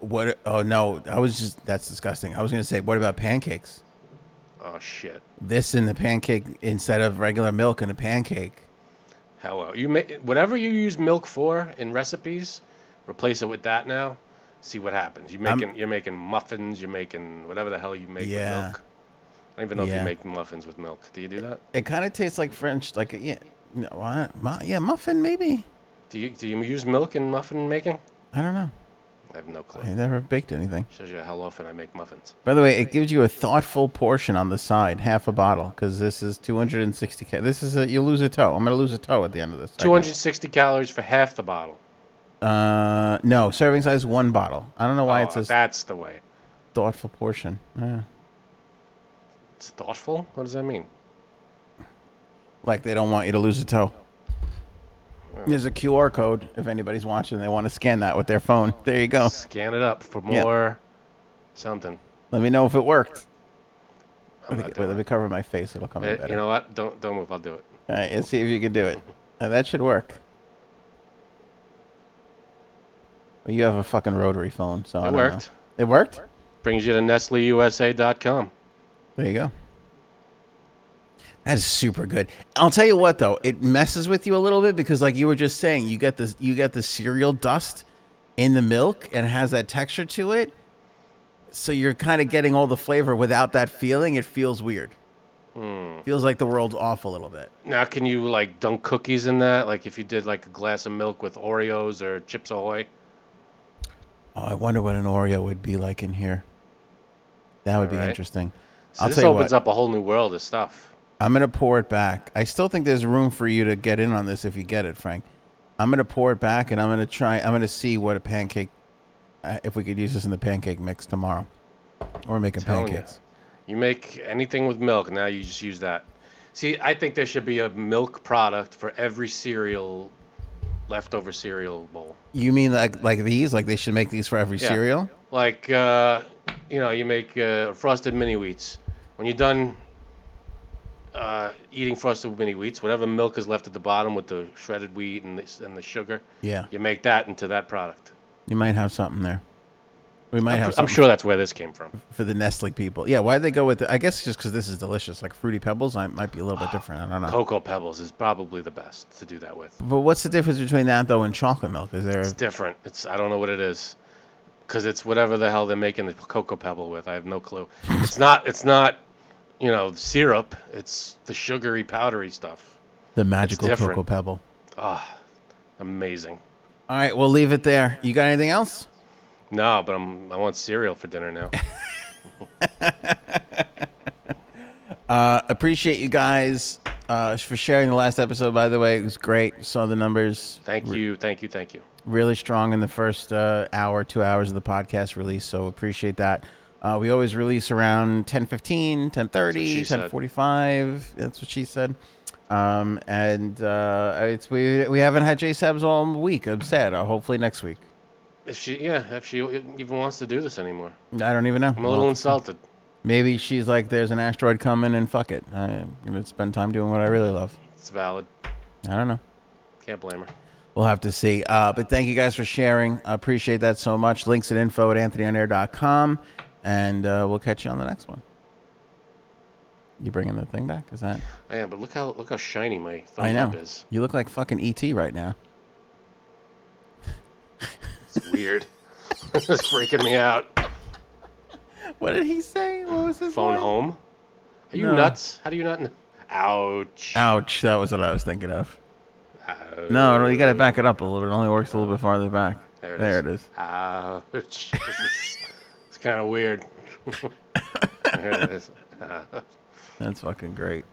What? Oh no! I was just—that's disgusting. I was gonna say, what about pancakes? Oh shit. This in the pancake instead of regular milk in a pancake. Hello. uh, You may whatever you use milk for in recipes, replace it with that now. See what happens. You're I'm- making you're making muffins. You're making whatever the hell you make Yeah. with milk. I don't even know if Yeah. you make muffins with milk. Do you do that? It kind of tastes like French, like a, yeah, no, I, mu- yeah, muffin maybe. Do you do you use milk in muffin making? I don't know. I have no I clue. never baked anything. Shows you how often I make muffins. By the way, it gives you a thoughtful portion on the side, half a bottle, because this is 260 k. This is a, you lose a toe. I'm gonna lose a toe at the end of this. segment. 260 calories for half the bottle. Uh, no, serving size one bottle. I don't know why Oh, it says that's the way. thoughtful portion. Yeah. It's thoughtful. What does that mean? Like they don't want you to lose a toe. There's a QR code if anybody's watching. They want to scan that with their phone. There you go. Scan it up for Yeah. more something. Let me know if it worked. Let I'm me, not wait, doing let me cover my face. It'll come it. in Eh, better. you know what? Don't don't move. I'll do it. All right, let's see if you can do it. Uh, that should work. Well, you have a fucking rotary phone, so I It don't know. worked. It worked. Brings you to NestleUSA.com. There you go. That is super good. I'll tell you what though, it messes with you a little bit because like you were just saying, you get this you get the cereal dust in the milk and it has that texture to it. So you're kind of getting all the flavor without that feeling. It feels weird. Hmm. Feels like the world's off a little bit. Now, can you like dunk cookies in that? Like if you did like a glass of milk with Oreos or Chips Ahoy. Oh, I wonder what an Oreo would be like in here. That would be Alright. interesting. So I'll this tell you opens what. up a whole new world of stuff. I'm gonna pour it back. I still think there's room for you to get in on this if you get it, Frank. I'm gonna pour it back, and I'm gonna try. I'm gonna see what a pancake, uh, if we could use this in the pancake mix tomorrow, or making Telling ya. pancakes. You make anything with milk, now you just use that. See, I think there should be a milk product for every cereal, leftover cereal bowl. You. mean like like these? Like they should make these for every Yeah. cereal? Like, uh, you know, you make uh, frosted mini wheats. When you're done uh, eating frosted mini wheats, whatever milk is left at the bottom with the shredded wheat and the, and the sugar, Yeah. you make that into that product. You might have something there. We might I'm, have. pr- I'm Something sure that's where this came from. for the Nestle people. Yeah. Why would they go with? The, I guess just because this is delicious. Like fruity pebbles, I might be a little bit different. I don't know. Cocoa Pebbles is probably the best to do that with. But what's the difference between that though and chocolate milk? Is there? It's different. It's I don't know what it is, because it's whatever the hell they're making the cocoa pebble with. I have no clue. It's not. It's not. You know, syrup. It's the sugary, powdery stuff. The magical different. cocoa pebble. Ah, amazing. All right, we'll leave it there. You got anything else? No, but I'm. I want cereal for dinner now. Uh, appreciate you guys uh, for sharing the last episode. By the way, it was great. Saw the numbers Thank you. Thank you. Thank you. really strong in the first uh, hour, two hours of the podcast release. So appreciate that. Uh, we always release around 10.15, 10.30, That's what 10.45. That's what she said. Um, and uh, it's we we haven't had J Sabs all week. I'm sad. Uh, hopefully next week. If she, yeah, if she even wants to do this anymore, I don't even know. I'm a little Well, insulted. Maybe she's like, there's an asteroid coming and fuck it. I'm going to spend time doing what I really love. It's valid. I don't know. Can't blame her. We'll have to see. Uh, but thank you guys for sharing. I appreciate that so much. Links at info at anthonyonair.com. And uh, we'll catch you on the next one. You bringing the thing back? Is that? I am, but look how look how shiny my thumb I know. is. You look like fucking ET right now. It's weird. it's freaking me out. What did he say? What was his Phone line? home? Are you No. nuts? How do you not know? Ouch. Ouch! That was what I was thinking of. No, no, you got to back it up a little bit. It only works a little bit farther back. There it There is. it is. Ouch. This is- it's kind of weird. There it is. Uh, That's fucking great.